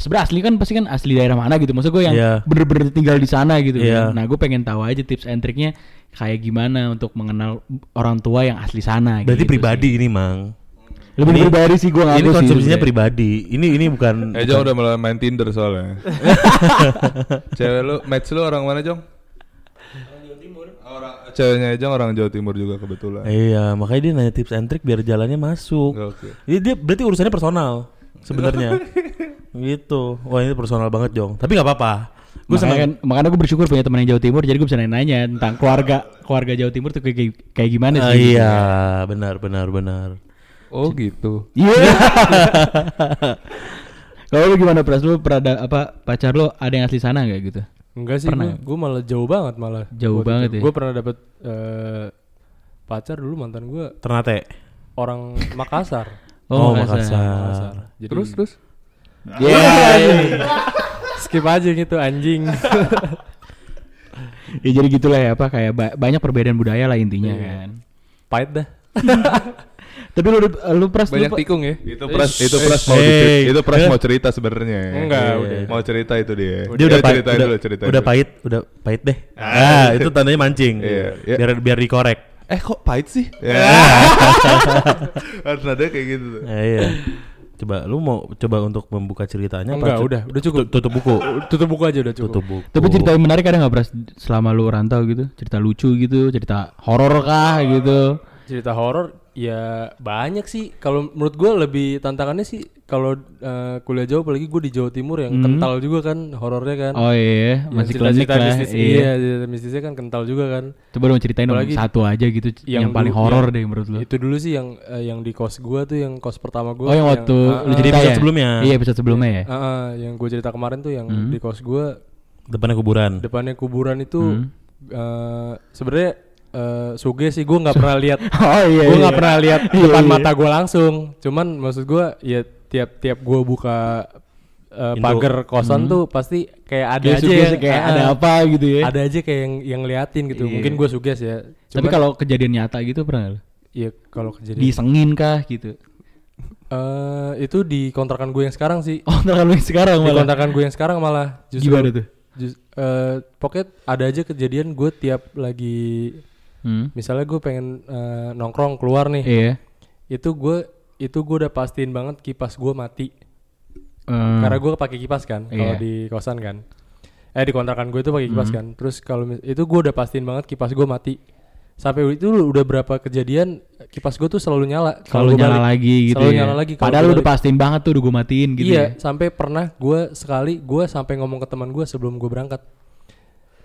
Sebenernya asli kan pasti kan asli daerah mana gitu. Maksud gue yang
Iya.
bener-bener tinggal di sana gitu.
Iya.
kan. Nah gue pengen tahu aja tips and triknya kayak gimana untuk mengenal orang tua yang asli sana.
Berarti
gitu
pribadi ini, Mang.
sih. Lebih
Ini-
pribadi sih gue ngaku
Ini
sih Iya.
konsumsinya
sebenarnya.
pribadi. Ini ini bukan
Ejong udah mulai main Tinder soalnya. Cewek lu match lu orang mana Jong? Orang Jawa Timur. Orang ceweknya Ejong orang Jawa Timur juga kebetulan.
Iya, makanya dia nanya tips and trick biar jalannya masuk.
Oke.
Jadi dia berarti urusannya personal sebenarnya. gitu. Wah, ini personal banget, Jong. Tapi nggak apa-apa. Gue
makanya,
seneng
kan- makanya gue bersyukur punya teman yang Jawa Timur jadi gue bisa nanya tentang keluarga keluarga Jawa Timur tuh kayak kayak
Kan
gimana
Ah,
sih. gitu.
iya, benar benar benar.
oh gitu
Iya. Kalau lu gimana Pras? Lu pernah ada apa pacar lu ada yang asli sana nggak gitu?
Enggak sih,
Pernah.
gue, gue malah jauh banget malah.
Jauh banget ya?
Gue pernah dapet eh, pacar dulu mantan gue
Ternate.
orang Makassar.
Oh, Makassar.
Makassar. Jadi,
terus terus
Iya,
Skip aja gitu anjing.
ya jadi gitulah ya apa kayak ba- banyak perbedaan budaya lah intinya kan.
Pahit dah.
Tapi lu lu pras lu
Banyak
pa-
tikung ya.
Itu pres, itu pres mau
Hey.
dicer- itu pres mau cerita sebenarnya. Iya.
Enggak, udah.
Mau cerita itu dia.
Dia udah
Ya,
pahit,
ceritain
udah,
dulu, ceritain
udah
dulu.
pahit, udah pahit deh. Ah, itu tandanya mancing.
Iya, iya.
Biar biar dikorek.
Eh kok pahit sih? Ya. Harus ada kayak gitu. tuh.
Eh, iya. Coba lu mau coba untuk membuka ceritanya
Enggak,
cu-
udah, udah cukup.
tut- Tutup buku.
Tutup buku aja udah cukup.
Tutup buku.
tapi cerita yang menarik ada nggak pras selama lu rantau gitu? Cerita lucu gitu, cerita horor kah gitu?
Cerita horor ya banyak sih. Kalau menurut gue lebih tantangannya sih kalau eh, kuliah jauh apalagi gue di Jawa Timur yang kental juga kan horornya kan.
Hmm. Oh iya,
Yang
masih klinik
cerita-cerita
lah.
mistis. Iya,
Iya.
cerita mistisnya kan kental juga kan.
Coba lu ceritain dong
Apalagi
satu aja gitu c- yang, paling
dulu-
horor
yang-
deh menurut lu.
Itu dulu sih yang eh, yang di kos gua tuh yang kos pertama gua.
Oh yang waktu
Ah,
lu
ah,
cerita
episode
ya?
sebelumnya.
Iya, episode sebelumnya ya.
ah, ah, yang gue cerita kemarin tuh yang
Hmm.
di kos gua
Depannya kuburan.
depannya kuburan
Hmm.
itu eh, sebenarnya eh, suge sih gua nggak pernah lihat
Oh iya.
gue
iya.
nggak pernah lihat
Iya,
depan
iya.
mata gue langsung cuman maksud gue ya tiap tiap gue buka eh,
Pintu.
pager
Hmm.
kosan tuh pasti kayak
Iya
ada aja
Suges-suges
yang-
kayak
ah,
ada apa gitu ya.
ada aja kayak yang yang liatin gitu mungkin gue suges ya
Tapi kalau kejadian nyata gitu pernah nggak lu?
ya kalau kejadian
Disengin kah gitu?
Eh, itu di kontrakan gue yang sekarang sih
Oh, ntar lu yang sekarang
di
malah.
kontrakan gue yang sekarang malah justru
Gimana tuh?
jus- eh, pokoknya ada aja kejadian gue tiap lagi
Hmm.
misalnya gue pengen eh, nongkrong keluar nih
Iya.
itu gue itu gue udah pastiin banget kipas gue mati
Eh,
karena gue pakai kipas kan kalau
Iya. Hmm.
di kosan kan eh di kontrakan gue itu pakai kipas kan terus kalau mis- itu gue udah pastiin banget kipas gue mati sampai itu udah berapa kejadian kipas gue tuh selalu nyala
kalau
gua
nyala
balik.
lagi gitu
selalu
ya.
nyala lagi kalau
Padahal lu
gua
udah
balik.
pastiin banget tuh udah gue matiin gitu
iya
ya.
sampai pernah gue sekali gue sampai ngomong ke teman gue sebelum gue berangkat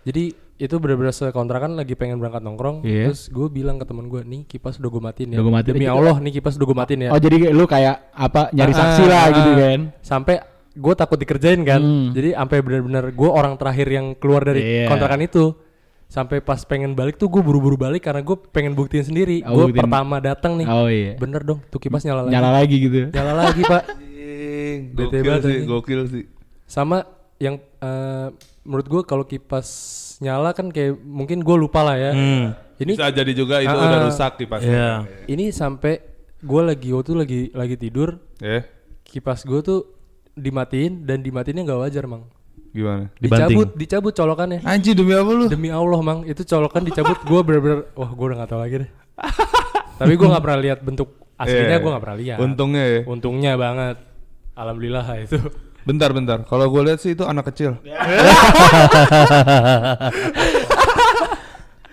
jadi itu benar-benar sekontrakan lagi pengen berangkat nongkrong
Iya.
terus gue bilang ke teman gue nih kipas udah gue matiin ya
Udah gua matiin.
demi
Itu-
Allah nih kipas udah gue matiin ya
Oh, jadi kayak lu kayak apa nyari
Ah,
saksi lah
ah.
gitu kan.
sampai gue takut dikerjain kan
Hmm.
jadi sampai benar-benar gue orang terakhir yang keluar dari
Iya.
kontrakan itu sampai pas pengen balik tuh gue buru-buru balik karena gue pengen buktiin sendiri
Oh,
gue
buktiin.
pertama datang nih
Oh iya.
bener dong tuh kipas nyala lagi Ya.
Nyala lagi gitu.
nyala lagi pak
Anjing,
Bete
Gokil
banget
sih,
anjing.
gokil sih.
sama yang eh, menurut gue kalau kipas nyala kan kayak mungkin gue lupa lah ya
Hmm.
ini
Bisa jadi juga itu
Ah,
udah
ah.
rusak kipasnya.
Iya.
ini sampai gue lagi waktu itu lagi lagi tidur
Ya.
kipas gue tuh dimatiin dan dimatiinnya nggak wajar mang
Gimana?
Dibanting.
dicabut dicabut colokannya
Anjing demi apa lu?
Demi Allah, Mang, itu colokan dicabut gua bener-bener wah gua udah gak tahu lagi deh. Tapi gua nggak pernah lihat bentuk
Iya.
aslinya, gua nggak pernah lihat.
Untungnya ya.
Untungnya banget. Alhamdulillah lah itu.
Bentar bentar. Kalau gue lihat sih itu anak kecil.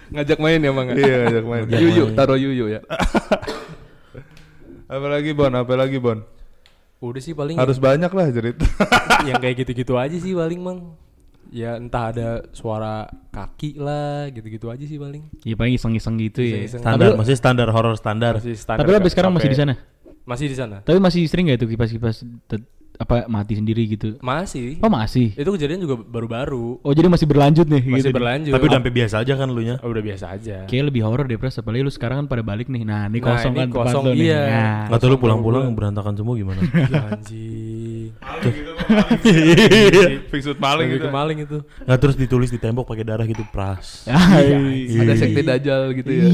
Ngajak main ya Mang.
Iya, ngajak main.
Yuyu, taruh Yuyu ya.
Apalagi Bon, apalagi Bon.
Udah sih paling ya,
Harus banyak lah cerita.
yang kayak gitu-gitu aja sih paling, Mang. Ya entah ada suara kaki lah, gitu-gitu aja sih paling.
Iya paling iseng-iseng gitu ya.
Iseng-iseng.
Standar, masih standar horor standar.
Masih standar.
Tapi lu
kan?
sampai sekarang masih di sana.
masih di sana.
Tapi masih sering gak itu kipas-kipas tet- apa mati sendiri gitu?
Masih.
Oh masih.
Itu kejadian juga baru-baru.
Oh jadi masih berlanjut nih
Masih
gitu.
berlanjut.
Tapi udah sampai biasa aja kan lu nya.
Oh, udah biasa aja.
Kayak lebih horor deh Pras, apalagi lu sekarang kan pada balik nih. Nah, ini
Nah,
kosong
ini
kan tempat
kosong,
lu nih.
iya.
Nah.
Nggak tahu lu pulang-pulang berantakan semua gimana.
Ya, anjing.
Fixut maling
Paling
gitu.
ke maling itu.
Nggak terus ditulis di tembok pakai darah gitu pras.
Ya, Iya.
Iya.
Ada sekte dajal gitu ya.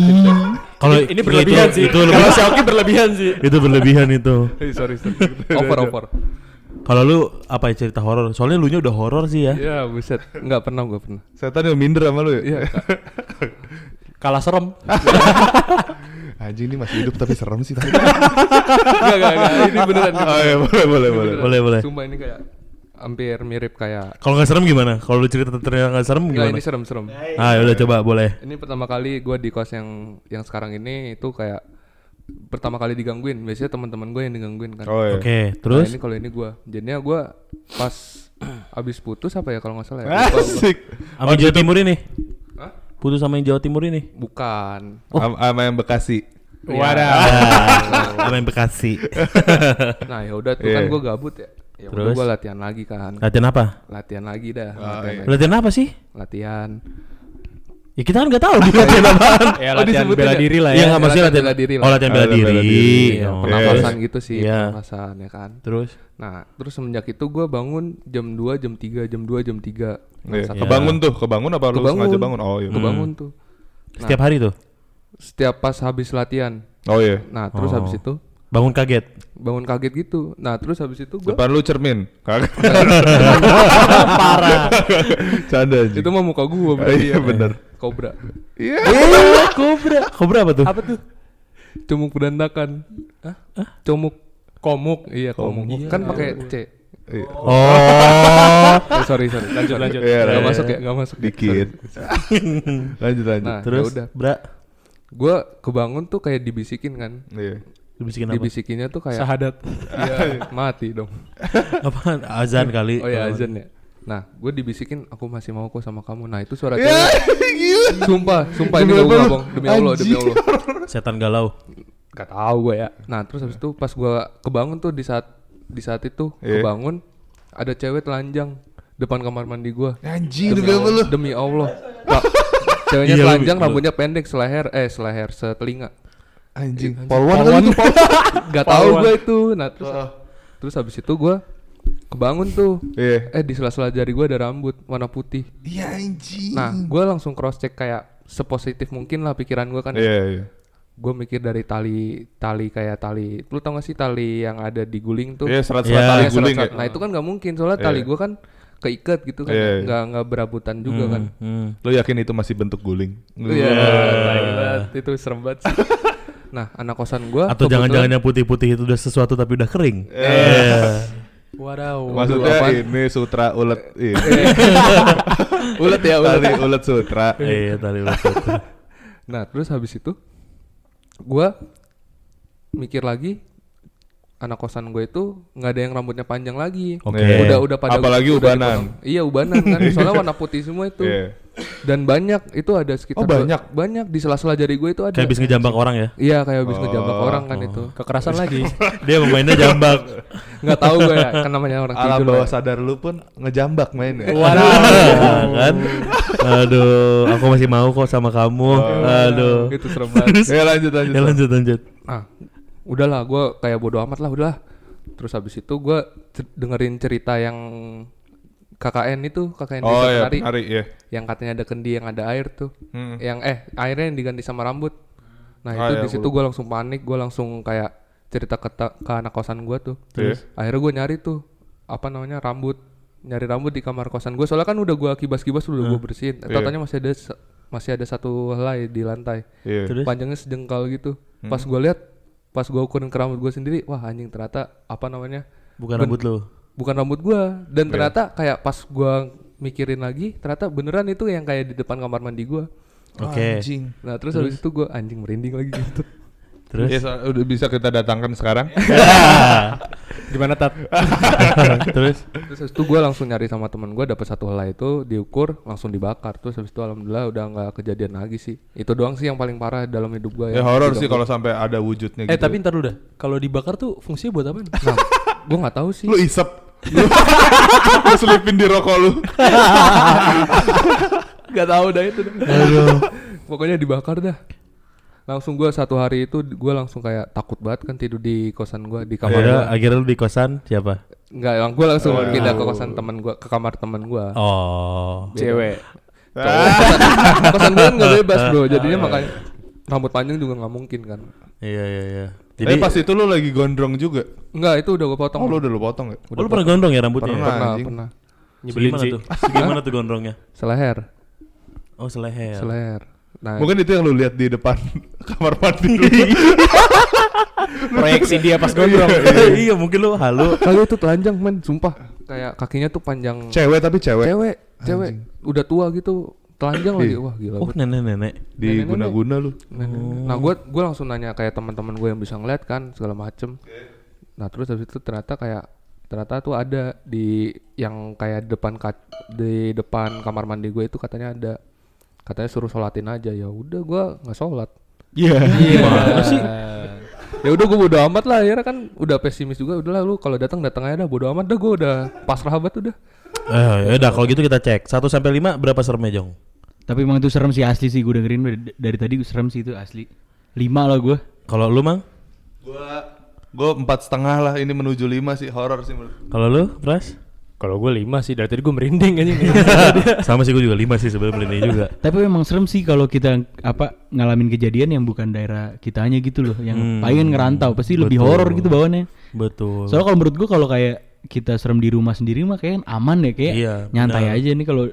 Kalau
Ini berlebihan
itu-
sih.
Itu
Kalau
lebih-
si Oki berlebihan sih.
itu berlebihan itu.
sorry, sorry. over, over.
Kalau lu apa ya cerita horor? Soalnya lu nya udah horor sih ya.
Ya, buset. Enggak pernah gua pernah.
Setan yang minder sama lu ya?
Iya.
Kalah serem.
Anjing ini masih hidup tapi serem sih tadi.
Enggak, enggak, enggak. Ini beneran.
oh iya boleh boleh boleh.
Boleh, boleh.
Sumpah ini kayak hampir mirip kayak
Kalau nggak serem gimana? Kalau lu cerita ternyata nggak serem
Enggak,
gimana?
ini serem-serem.
Ah, udah coba boleh.
Ini pertama kali gua di kos yang yang sekarang ini itu kayak pertama kali digangguin. Biasanya teman-teman gue yang digangguin kan.
Oh iya.
Oke, terus
Nah, ini kalau ini gua. Jadinya gua pas abis putus apa ya kalau nggak salah ya.
Ah.
Lupa gua.
Asik.
sama Jawa Timur ini.
Hah?
Putus sama yang Jawa Timur ini.
Bukan.
Am- Sama yang Bekasi.
Oh. Wadah.
Ah, Sama yang Bekasi.
Nah, ya udah tuh kan
Iya.
gua gabut ya. Ya udah
Terus?
gua latihan lagi kan.
Latihan apa?
Oh, iya.
Latihan lagi dah. latihan, lagi.
Latihan apa sih?
latihan.
Ya kita kan nggak tahu dia latihan apaan.
Ya
Oh,
latihan
disebutin
bela
ya?
diri lah
Iya
ya.
nggak maksudnya
latihan
latihan
bela diri lah.
Oh latihan bela
Latihan bela
diri.
diri, ya,
Oh.
Pernapasan gitu sih,
Iya.
pernapasan ya kan.
Terus
Nah, terus semenjak itu gue bangun jam 2, jam 3, jam 2, jam 3. Nah,
Iya.
satu-
Kebangun tuh, kebangun apa lu
Kebangun.
sengaja bangun? Oh iya.
Kebangun tuh.
setiap hari tuh
Setiap pas habis latihan.
Oh iya.
Nah, terus
Oh.
habis itu
bangun kaget.
bangun kaget gitu. Nah, terus habis itu gue
Depan lu cermin. Kagak. Parah. Canda anjing.
itu mah muka gue
Ah, Iya bener.
Kobra.
Kobra. Kobra apa tuh?
Apa tuh? Comuk berandakan. Hah? Comuk komuk. Iya, komuk. Kan pakai C.
Iya.
Oh.
Eh, sorry, sorry. Lanjut, lanjut.
Iya,
Gak
iya.
masuk ya, gak masuk. ya.
Dikit. lanjut lanjut.
Nah,
Terus
terus udah.
Bra
Gue kebangun tuh kayak dibisikin kan.
Iya.
dibisikin apa?
Dibisikinnya tuh kayak
Sahadat.
Iya, mati dong.
Apaan? Azan kali.
Iya,
Oh ya azan ya. Nah, gue dibisikin aku masih mau kok sama kamu. Nah itu suara cewek.
Iya, Gila.
Sumpah, sumpah ini
Demi
gak
apa
gue
lu?
bohong. Demi Allah, demi
Anjing.
Allah.
Setan galau.
Gak tau gue ya. Nah terus habis itu pas gue kebangun tuh di saat di saat itu
Iya.
kebangun ada cewek telanjang depan kamar mandi gue.
Anjing
Demi,
demi apa
Allah-
lu?
demi Allah. Pak, ceweknya
Iya, lu-
telanjang,
lu-
rambutnya pendek, seleher, eh seleher, setelinga.
Anjing. Polwan kan itu Oh. polwan.
Gak tau gue itu. Nah terus terus habis itu gue kebangun tuh.
Iya.
Eh di sela-sela jari gue ada rambut warna putih.
Iya anjing.
Nah, gue langsung cross check kayak sepositif mungkin lah pikiran gue kan.
Iya iya.
Gue mikir dari tali tali kayak tali, lu tau gak sih tali yang ada di guling tuh?
Iya serat-serat
Iya,
tali
Iya,
guling
serat-serat.
ya.
Nah itu kan nggak mungkin soalnya tali
Iya.
gue kan keikat gitu kan,
Iya, iya.
nggak nggak berabutan juga kan.
Hmm.
Lu yakin itu masih bentuk guling?
Iya, tai banget. itu serem banget. sih. nah anak kosan gue
Atau jangan-jangan yang putih-putih itu udah sesuatu tapi udah kering.
Wadaw.
Maksudnya
apaan? Iya.
ini sutra ulet ini.
ulet ya ulet.
Tali ulet sutra.
Iya, tadi lu.
Nah terus habis itu gue mikir lagi anak kosan gue itu nggak ada yang rambutnya panjang lagi.
Oke.
Iya.
Udah udah pada
Apalagi
udah
ubanan.
dipotong. Iya ubanan kan. Soalnya warna putih semua itu.
Iya.
Dan banyak itu ada sekitar
Oh, banyak?
dua- banyak di sela-sela jari gue itu ada.
Kayak habis ngejambak orang ya.
Iya kayak habis ngejambak orang kan itu.
Kekerasan lagi.
Dia pemainnya jambak.
Nggak tahu gue ya kan namanya orang
Alam
tidur.
bawah
ya.
sadar lu pun ngejambak main ya.
Iya, kan? Aduh, aku masih mau kok sama kamu. Aduh.
iya. Itu serem banget.
Terus,
Ya lanjut lanjut.
ya
Iya,
lanjut lanjut.
Ah, udahlah gue kayak bodo amat lah udahlah. Terus habis itu gue cer- dengerin cerita yang KKN itu KKN
Oh
desa
iya,
penari.
penari ya.
yang katanya ada kendi yang ada air tuh
Hmm.
yang eh airnya yang diganti sama rambut nah
Ah,
itu
iya,
di situ gue langsung panik gue langsung kayak cerita ke, ta- ke anak kosan gue tuh
Iya.
akhirnya gue nyari tuh apa namanya rambut nyari rambut di kamar kosan gue soalnya kan udah gue kibas-kibas udah gue bersihin Eh,
Iya.
Tautannya masih ada se- masih ada satu helai di lantai
Iya.
Terus?
panjangnya sejengkal gitu
Hmm.
pas gue lihat pas gue ukurin ke rambut gue sendiri wah anjing ternyata apa namanya
Bukan
Ben-
rambut lu.
bukan rambut gua dan
Iya.
ternyata kayak pas gua mikirin lagi ternyata beneran itu yang kayak di depan kamar mandi gua
Oke.
Hmm.
nah terus, habis itu gua anjing merinding lagi gitu
Terus
Ya, so- udah bisa kita datangkan sekarang.
Gimana tat?
terus
terus habis itu gua langsung nyari sama teman gua dapat satu helai itu diukur langsung dibakar terus habis itu alhamdulillah udah nggak kejadian lagi sih itu doang sih yang paling parah dalam hidup gua Gitu.
ya horor sih kalau sampai ada wujudnya gitu.
Eh tapi ntar dulu dah. Kalau dibakar tuh fungsinya buat apa?
nah, gua nggak tahu sih
lu isep. Lu lu selipin di rokok lu.
nggak tahu dah itu dah. pokoknya dibakar dah langsung gua satu hari itu gua langsung kayak takut banget kan tidur di kosan gua di
Iya.
kamar gua.
akhirnya akhirnya lu di kosan siapa?
Enggak, lang gue langsung pindah ke kosan teman gua, ke kamar teman
Iya.
gua.
Oh.
Cewek.
kosan gue nggak bebas bro,
Ah,
jadinya
iya,
makanya rambut panjang juga nggak mungkin kan.
Iya iya iya.
Jadi
Jadi
pas itu lu lagi gondrong juga.
Enggak, itu udah gue potong.
Oh, lu udah lu potong ya?
oh, lu pernah gondrong ya rambutnya?
Pernah.
pernah,
anjing.
pernah.
Nyebelin sih. Gimana tuh gondrongnya?
Seleher,
Oh, seleher.
seleher. Nah,
Iya. Mungkin itu yang lu lihat di depan kamar mandi lu.
Proyeksi dia pas gondrong.
iya, mungkin lu halu.
kali itu telanjang men, sumpah. Kayak kakinya tuh panjang.
Iya. cewek tapi cewek.
Cewek, cewek. Udah tua gitu, telanjang lagi.
Iya.
Wah gila.
Oh,
gua.
nenek-nenek.
Di guna-guna lu.
Nah, Nah, gue gue langsung nanya kayak teman-teman gue yang bisa ngeliat kan segala macem. Nah, terus habis itu ternyata kayak ternyata tuh ada di yang kayak depan ka- di depan kamar mandi gue itu katanya ada katanya suruh sholatin aja ya udah gue nggak sholat
Iya.
Gimana sih?
ya udah gue bodo amat lah akhirnya kan udah pesimis juga udahlah lu kalau datang datang aja dah bodo amat dah gue udah pasrah banget udah
Eh, ya udah kalau gitu kita cek. 1 sampai 5 berapa seremnya, Jong?
Tapi emang itu serem sih asli sih gue dengerin d- dari tadi gue serem sih itu asli. Lima lah gue.
Kalau lu mang?
Gua gua empat setengah lah ini menuju lima sih horor sih menurut.
Kalau lu, Pras?
Kalau gue lima sih dari tadi gue merinding anjing.
Sama sih gue juga lima sih sebelum ini juga.
Tapi memang serem sih kalau kita apa ngalamin kejadian yang bukan daerah kitanya gitu loh, yang
Hmm.
pengen ngerantau pasti lebih
Betul.
horor gitu bawaannya.
Betul.
Soalnya kalau menurut gue kalau kayak kita serem di rumah sendiri mah kayak aman ya kayak
Iya,
nyantai
benar.
aja nih kalau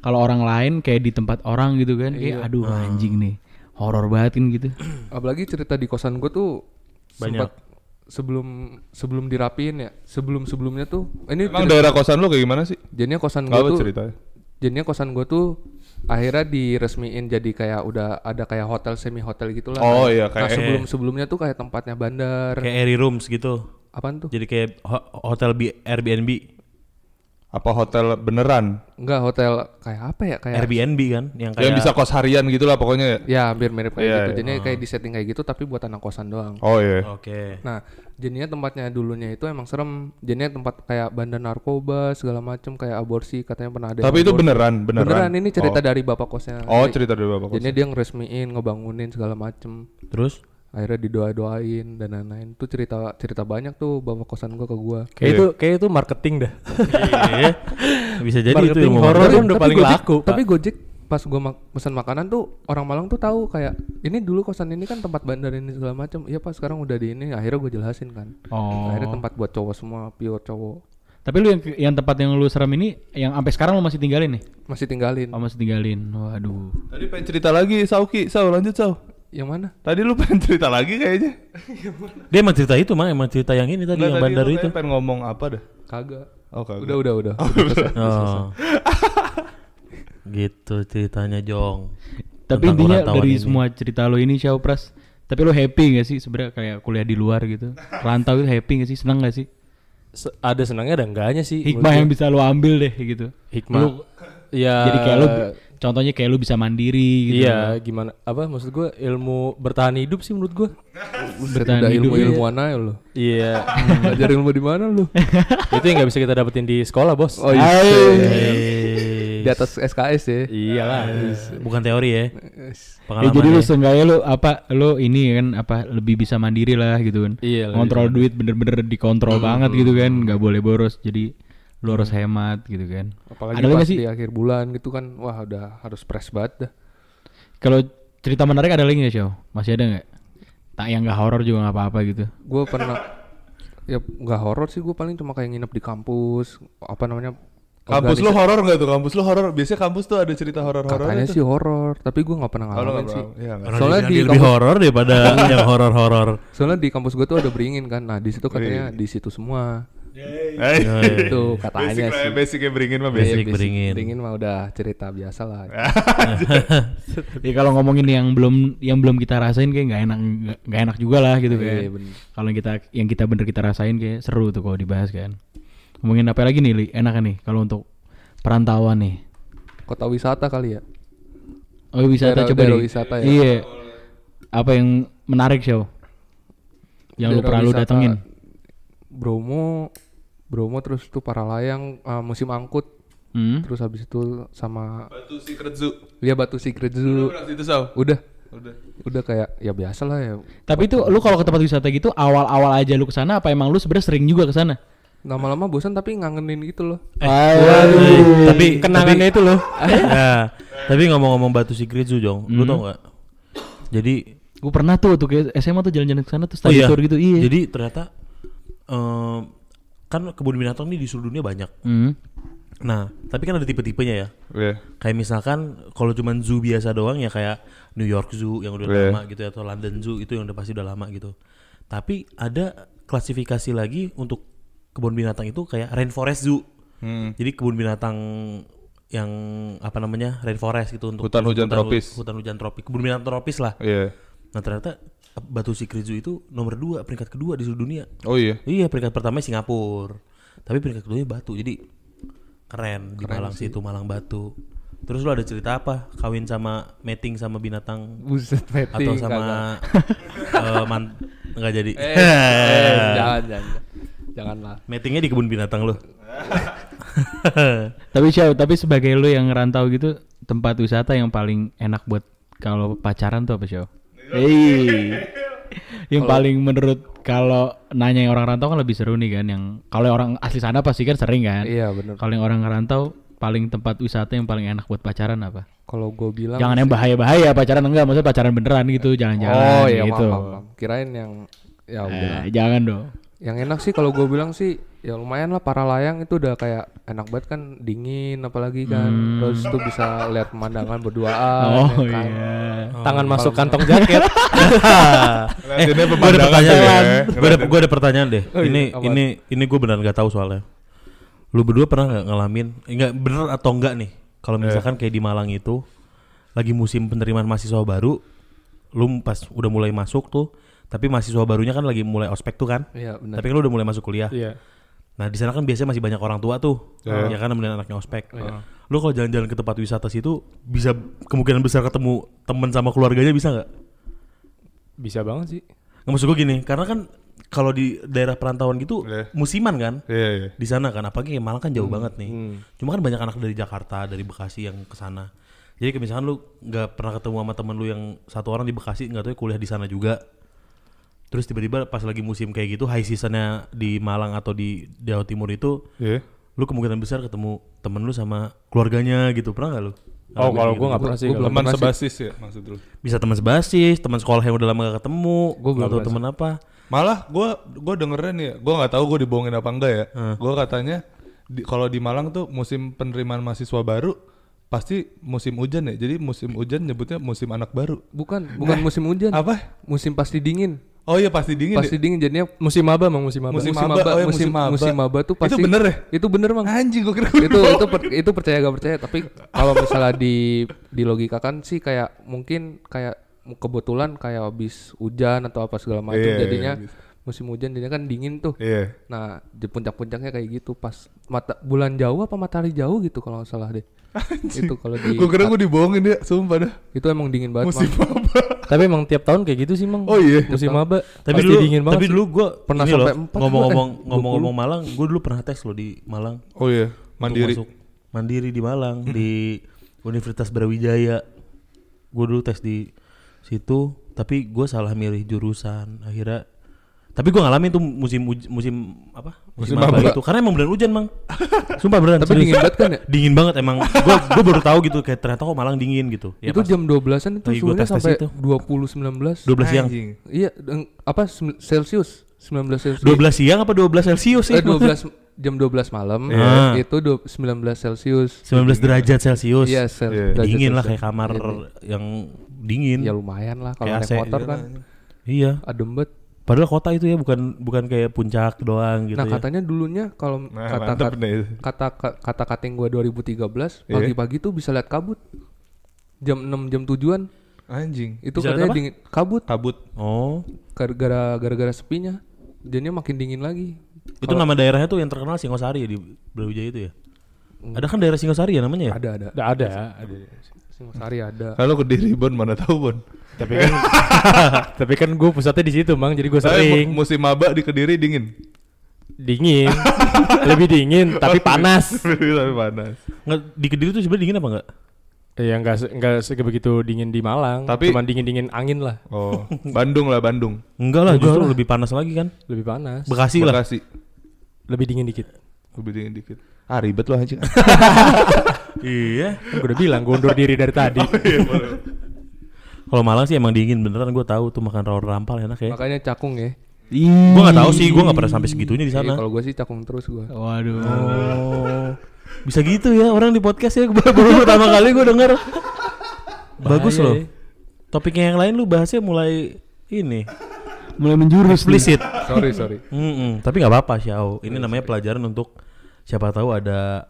kalau orang lain kayak di tempat orang gitu kan kayak aduh anjing nih horor banget kan gitu.
Apalagi cerita di kosan gue tuh
Banyak.
sempat sebelum sebelum dirapiin ya. Sebelum sebelumnya tuh ini
Emang
cerita-
daerah kosan lu kayak gimana sih?
jadinya kosan gue
Kalau
tuh
ceritanya.
jadinya kosan gue tuh akhirnya diresmiin jadi kayak udah ada kayak hotel semi hotel gitulah.
Oh iya,
nah,
kayak-
sebelum sebelumnya tuh kayak tempatnya bandar.
kayak airy rooms gitu.
Apaan tuh?
Jadi kayak ho- hotel B- Airbnb,
Apa hotel beneran?
Enggak hotel kayak apa ya kayak
Airbnb kan yang kayak
Yang bisa kos harian gitu lah pokoknya ya.
ya hampir mirip kayak
Iya,
gitu.
iya.
Jadinya
Ah.
kayak di setting kayak gitu tapi buat anak kosan doang.
Oh iya.
Oke.
Nah, jadinya tempatnya dulunya itu emang serem. Jadinya tempat kayak bandar narkoba segala macem kayak aborsi katanya pernah ada. yang
Tapi itu
aborsi.
beneran, beneran.
ini cerita dari bapak kosnya.
Oh, oh
Jadi-
cerita dari bapak
Jadinya
kosan.
dia ngeresmiin, ngebangunin segala macem.
Terus
Akhirnya didoa-doain dan lain-lain. Itu cerita cerita banyak tuh bapak kosan gua ke gua.
kayak itu kayak itu marketing dah.
Iya. bisa jadi itu
Marketing
ilmu
horor
marketing.
kan udah paling
Gojek-
laku.
Tapi Gojek pas gua mak- pesan makanan tuh orang Malang tuh tahu kayak ini dulu kosan ini kan tempat bandar ini segala macem. Iya pak sekarang udah di ini. Akhirnya gue jelasin kan.
Oh.
Akhirnya tempat buat cowok semua pure cowok
Tapi lu yang yang tempat yang lu serem ini yang sampai sekarang lu masih tinggalin nih?
masih tinggalin.
Oh, masih tinggalin. Waduh.
Tadi pengen cerita lagi, Sauki. Sau, lanjut Sau.
Yang mana?
Tadi lu pengen cerita lagi kayaknya.
Dia emang cerita itu mang, emang cerita yang ini tadi
Nggak,
yang
tadi
bandar
lu
itu.
kayaknya pengen ngomong apa dah?
Kagak.
Oh, kagak.
Udah udah udah.
Oh. gitu ceritanya Jong.
Tapi
Tentang
intinya
orang tawan
dari
ini.
semua cerita lu ini Xiao Pras, tapi lu happy gak sih sebenarnya kayak kuliah di luar gitu? Rantau itu happy gak sih? Senang gak sih?
Se- ada senangnya ada enggaknya sih.
Hikmah yang
menurut
bisa lu ambil deh gitu.
gua. hikmah. ya
Jadi kayak lu gitu contohnya kayak lu bisa mandiri gitu.
Iya, gimana apa maksud gua ilmu bertahan hidup sih menurut gua.
Bertahan
Udah
hidup. ya.
ilmu ilmuan aja lu.
Iya.
Belajar ilmu di mana lu?
itu yang nggak bisa kita dapetin di sekolah, Bos.
Oh iya.
Eh,
Di atas SKS ya.
Iya.
Iya Iyalah.
bukan teori ya.
Ya,
Pengalaman.
jadi lu
ya.
seenggaknya lu apa lu ini kan apa lebih bisa mandiri lah gitu kan.
Iya lah,
Kontrol duit bener-bener dikontrol banget gitu kan, nggak boleh boros. Jadi lu harus hemat gitu kan.
Apalagi
Ada lagi
pas
nggak sih
di akhir bulan gitu kan. Wah udah harus press banget dah.
kalau cerita menarik ada lagi nggak Xiao? Masih ada nggak? Tak yang nggak horor juga nggak apa-apa gitu.
Gue pernah ya nggak horor sih gue paling cuma kayak nginep di kampus apa namanya
Kampus lu horor nggak tuh? Kampus lu horor? Biasanya kampus tuh ada cerita horor-horor.
katanya sih horor tapi gue nggak pernah ngalamin
Kalau nggak
sih
pernah. Iya, nggak.
Orang
Soalnya
dibilang
di
dia lebih
kampus-
horor daripada yang horor-horor.
soalnya di kampus gue tuh ada beringin kan nah di situ katanya di situ semua
Eh,
itu
Basic
katanya
lah, ya,
Iya, sih
basicnya beringin mah basic.
Iya,
Oh, iya, Basic beringin.
beringin mah udah cerita biasa lah
Ya kalau ngomongin yang belum yang belum kita rasain kayak nggak enak nggak- nggak enak juga lah gitu kan.
Iya, bener.
Kalau yang kita yang kita bener kita rasain kayak seru tuh kalau dibahas kan. Ngomongin apa lagi nih Li? Enak kan nih kalau untuk perantauan nih.
kota wisata kali ya
Oh wisata
Daerah-
coba
daerah
deh.
wisata ya.
Iya. Apa yang menarik Xiao? Yang lu
Daerah
pernah lu
wisata
datengin?
Bromo Bromo terus tuh para layang eh, musim angkut
Hmm?
terus habis itu sama
Batu Secret Zoo.
dia batu secret dulu
Pernah situ, Sau?
udah
Udah.
udah kayak ya biasa lah ya
Tapi itu lu kalau ke tempat wisata gitu awal-awal aja lu kesana apa emang lu sebenarnya sering juga kesana?
lama-lama bosan tapi ngangenin gitu loh
Eh, Tapi
Kenangannya itu loh.
Nah, tapi ngomong-ngomong batu secret zoo Jong, lu tau nggak? Jadi
Gue pernah tuh tuh kayak SMA tuh jalan-jalan ke sana tuh
oh
study
iya,
tour gitu. Iya.
Jadi ternyata em, kan kebun binatang ini di seluruh dunia banyak.
Hmm.
Nah, tapi kan ada tipe-tipenya ya.
Iya.
Kayak misalkan kalau cuman zoo biasa doang ya kayak New York Zoo yang udah
Iya.
lama gitu ya, atau London Zoo itu yang udah pasti udah lama gitu. Tapi ada klasifikasi lagi untuk kebun binatang itu kayak rainforest zoo.
Hmm.
Jadi kebun binatang yang apa namanya rainforest gitu untuk
Hutan hujan
hu-
tropis.
hutan hujan tropis, kebun binatang tropis lah.
Iya.
Nah ternyata Batu Secret Zoo itu nomor dua peringkat kedua di seluruh dunia.
Oh iya.
Iya peringkat pertama Singapura, tapi peringkat keduanya Batu. Jadi keren, di Malang situ Malang Batu. Terus lu ada cerita apa? Kawin sama mating sama binatang
buset
atau
meting
sama eh, man nggak jadi.
Eh. jangan jangan janganlah
Matingnya di kebun binatang lu.
Tapi Xiao, tapi sebagai lu yang ngerantau gitu, tempat wisata yang paling enak buat kalau pacaran tuh apa sih? Hei, yang paling menurut kalau nanya yang orang rantau kan lebih seru nih kan, yang kalau yang orang asli sana pasti kan sering kan.
Iya bener.
Kalau yang orang rantau paling tempat wisata yang paling enak buat pacaran apa?
Kalau gue bilang
Jangan yang bahaya-bahaya pacaran enggak, maksudnya pacaran beneran gitu, jangan-jangan
Oh iya
gitu.
paham, paham, paham. Kirain yang ya udah.
Eh, jangan dong.
Yang enak sih kalau gue bilang sih ya lumayan lah para layang itu udah kayak enak banget kan dingin apalagi kan terus tuh bisa lihat pemandangan berduaan
Oh
ya
iya.
kan.
Ah,
Oh,
Tangan masuk kantong jaket.
eh,
Liatinnya
gue ada
pemandangan aja
pertanyaan
ya.
deh. Gue ada, gua ada pertanyaan deh.
Oh iya,
ini
apa?
ini ini gue beneran nggak tahu soalnya. Lu berdua pernah nggak ngalamin? Enggak bener atau enggak nih? Kalau misalkan kayak di Malang itu lagi musim penerimaan mahasiswa baru, lu pas udah mulai masuk tuh, tapi mahasiswa barunya kan lagi mulai ospek tuh kan?
Iya benar.
Tapi kan lu udah mulai masuk kuliah.
Iya.
Nah di sana kan biasanya masih banyak orang tua tuh, ya kan nemenin anaknya ospek.
Oh, iya.
Lu kalau jalan-jalan ke tempat wisata situ bisa kemungkinan besar ketemu temen sama keluarganya bisa nggak?
Bisa banget sih.
Nggak maksud gue gini, karena kan kalau di daerah perantauan gitu
Iya.
musiman kan
Iya, iya.
di sana kan, apalagi kayak Malang kan jauh banget nih. Cuma kan banyak anak dari Jakarta, dari Bekasi yang ke sana. Jadi kayak misalkan lu nggak pernah ketemu sama temen lu yang satu orang di Bekasi nggak tahu ya kuliah di sana juga. Terus tiba-tiba pas lagi musim kayak gitu high seasonnya di Malang atau di Jawa Timur itu
Iya.
lu kemungkinan besar ketemu temen lu sama keluarganya gitu pernah nggak lu? gitu?
Oh kalau gue nggak
Gua-
pernah sih.
gua
kalau-
belum
Teman
pernah sih.
sebasis ya maksud lu.
Bisa teman sebasis, teman sekolah yang udah lama gak ketemu,
Gua belum
nggak tahu temen apa.
Malah gua gua dengerin ya, gua nggak tahu gua dibohongin apa enggak ya. Gua katanya di, kalau di Malang tuh musim penerimaan mahasiswa baru pasti musim hujan ya. Jadi musim hujan nyebutnya musim anak baru.
Bukan bukan musim hujan.
Apa?
Musim pasti dingin.
Oh iya pasti dingin
Pasti
ya.
dingin jadinya
Musim maba bang musim maba.
Musim maba, oh iya,
musim
musim maba.
musim maba tuh
Itu
pasti
bener ya?
Itu bener bang.
Anjing gua kira
itu itu per- itu percaya gak percaya tapi kalau misalnya di di logika kan sih kayak mungkin kayak mu- kebetulan kayak habis hujan atau apa segala macam
Iya,
jadinya
iya,
musim hujan jadinya kan dingin tuh
Iya.
nah di puncak-puncaknya kayak gitu pas mata bulan jauh apa matahari jauh gitu kalau nggak salah deh itu kalau di
Gua kira gua dibohongin ya, sumpah dah.
itu emang dingin banget
Musim
Mang.
apa?
Tapi emang tiap tahun kayak gitu sih mang.
Oh iya.
Musim maba.
Tapi
Pasti
dulu,
dingin banget.
tapi
sih.
dulu gue
Pernah
loh,
sampai empat
ngomong-ngomong
gua, eh,
ngomong-ngomong Malang, gue dulu pernah tes loh di Malang. Untuk
Oh iya, mandiri.
masuk mandiri di Malang
Hmm.
di Universitas Brawijaya. Gue dulu tes di situ, tapi gue salah milih jurusan. Akhirnya tapi gue ngalamin tuh musim uj- musim apa musim, apa itu karena emang beneran hujan mang sumpah beneran
tapi dingin banget kan ya
dingin banget emang gue gue baru tahu gitu kayak ternyata kok Malang dingin gitu
Iya,
ya
itu
pas
jam 12-an itu
Lagi gua
suhunya
tes-tes
sampai
itu.
20 19
12 siang
Anjing.
iya deng- apa sem- celcius 19 celcius
12 siang apa 12 celcius sih
Eh, 12 jam 12 malam
Iya.
itu du- 19 Celcius.
19 derajat celcius
Iya, sel-
Iya.
derajat
dingin lah
Celcius. Iya,
kayak kamar yang dingin.
Ya lumayan lah kalau naik
Kayak AC. gitu
motor kan
Iya.
adem banget.
Padahal kota itu ya bukan bukan kayak puncak doang gitu
nah,
ya.
katanya dulunya kalau
Nah,
kata
mantep
kata
nih.
kata kata kating gua 2013
Iya.
pagi-pagi tuh bisa lihat kabut. Jam 6 jam 7-an
Anjing.
itu
Bisa lihat
katanya
apa?
dingin kabut
Kabut.
Oh,
gara-gara gara-gara sepinya. Jadinya makin dingin lagi.
itu nama daerahnya tuh yang terkenal Singosari ya di Brawijaya itu ya. Ada kan daerah Singosari ya namanya ya?
Hmm. Ada ada.
Nggak ada. ada.
Singosari ada.
Kalau ke diri Bon mana tahu Bon.
Tapi kan tapi kan gue pusatnya di situ mang. Jadi gue
Tapi
sering
mu- musim maba di Kediri dingin.
dingin. Lebih dingin tapi panas.
Tapi panas.
Nggak, di Kediri tuh sebenarnya dingin apa enggak?
Ya nggak se- nggak se- begitu dingin di Malang.
Tapi-
cuman dingin dingin angin lah.
Oh, Bandung lah Bandung.
Enggak lah, justru lebih panas lagi kan.
Lebih panas.
Bekasi, lah.
Bekasi.
Lebih dingin dikit.
Lebih dingin dikit. Ah ribet loh anjing.
iya.
Kan gue udah bilang gue undur diri dari tadi.
Iya,
Kalau Malang sih emang dingin beneran gue tahu tuh makan rawon rampal enak ya.
Makanya cakung ya.
Gue nggak tahu sih, gue nggak pernah sampai segitunya di
Jadi
sana.
Iya, Kalau gua sih cakung terus gua.
Waduh.
Oh, bisa gitu ya orang di podcast ya baru baru pertama kali gue denger. Bagus
Bahaya
loh.
ya.
Topiknya yang lain lu bahasnya mulai ini
Mulai menjurus nih.
explicit.
Sorry, sorry.
Mm-mm, Tapi nggak apa-apa Xiao. Ini namanya pelajaran untuk siapa tahu ada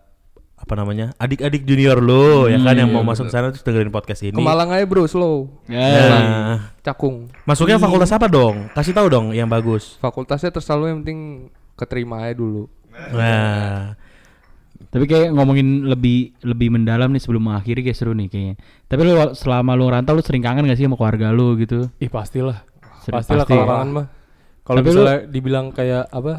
apa namanya adik-adik junior lo ya kan yang mau masuk sana terus dengerin podcast
Ke
ini.
Malang aja bro, slow.
Ya.
Nah,
Cakung.
masuknya fakultas apa dong? Kasih tahu dong yang bagus.
Fakultasnya terserah lu yang penting keterima aja dulu.
Nah,
Tapi kayak ngomongin lebih lebih mendalam nih sebelum mengakhiri kayak seru nih kayaknya. Tapi lu wal- selama lu ngerantau lu sering kangen gak sih sama keluarga lu gitu?
Ih pastilah.
Sering-
pastilah
pasti
kalau
ya.
kangen mah. Kalau
Tapi lu-
misalnya dibilang kayak apa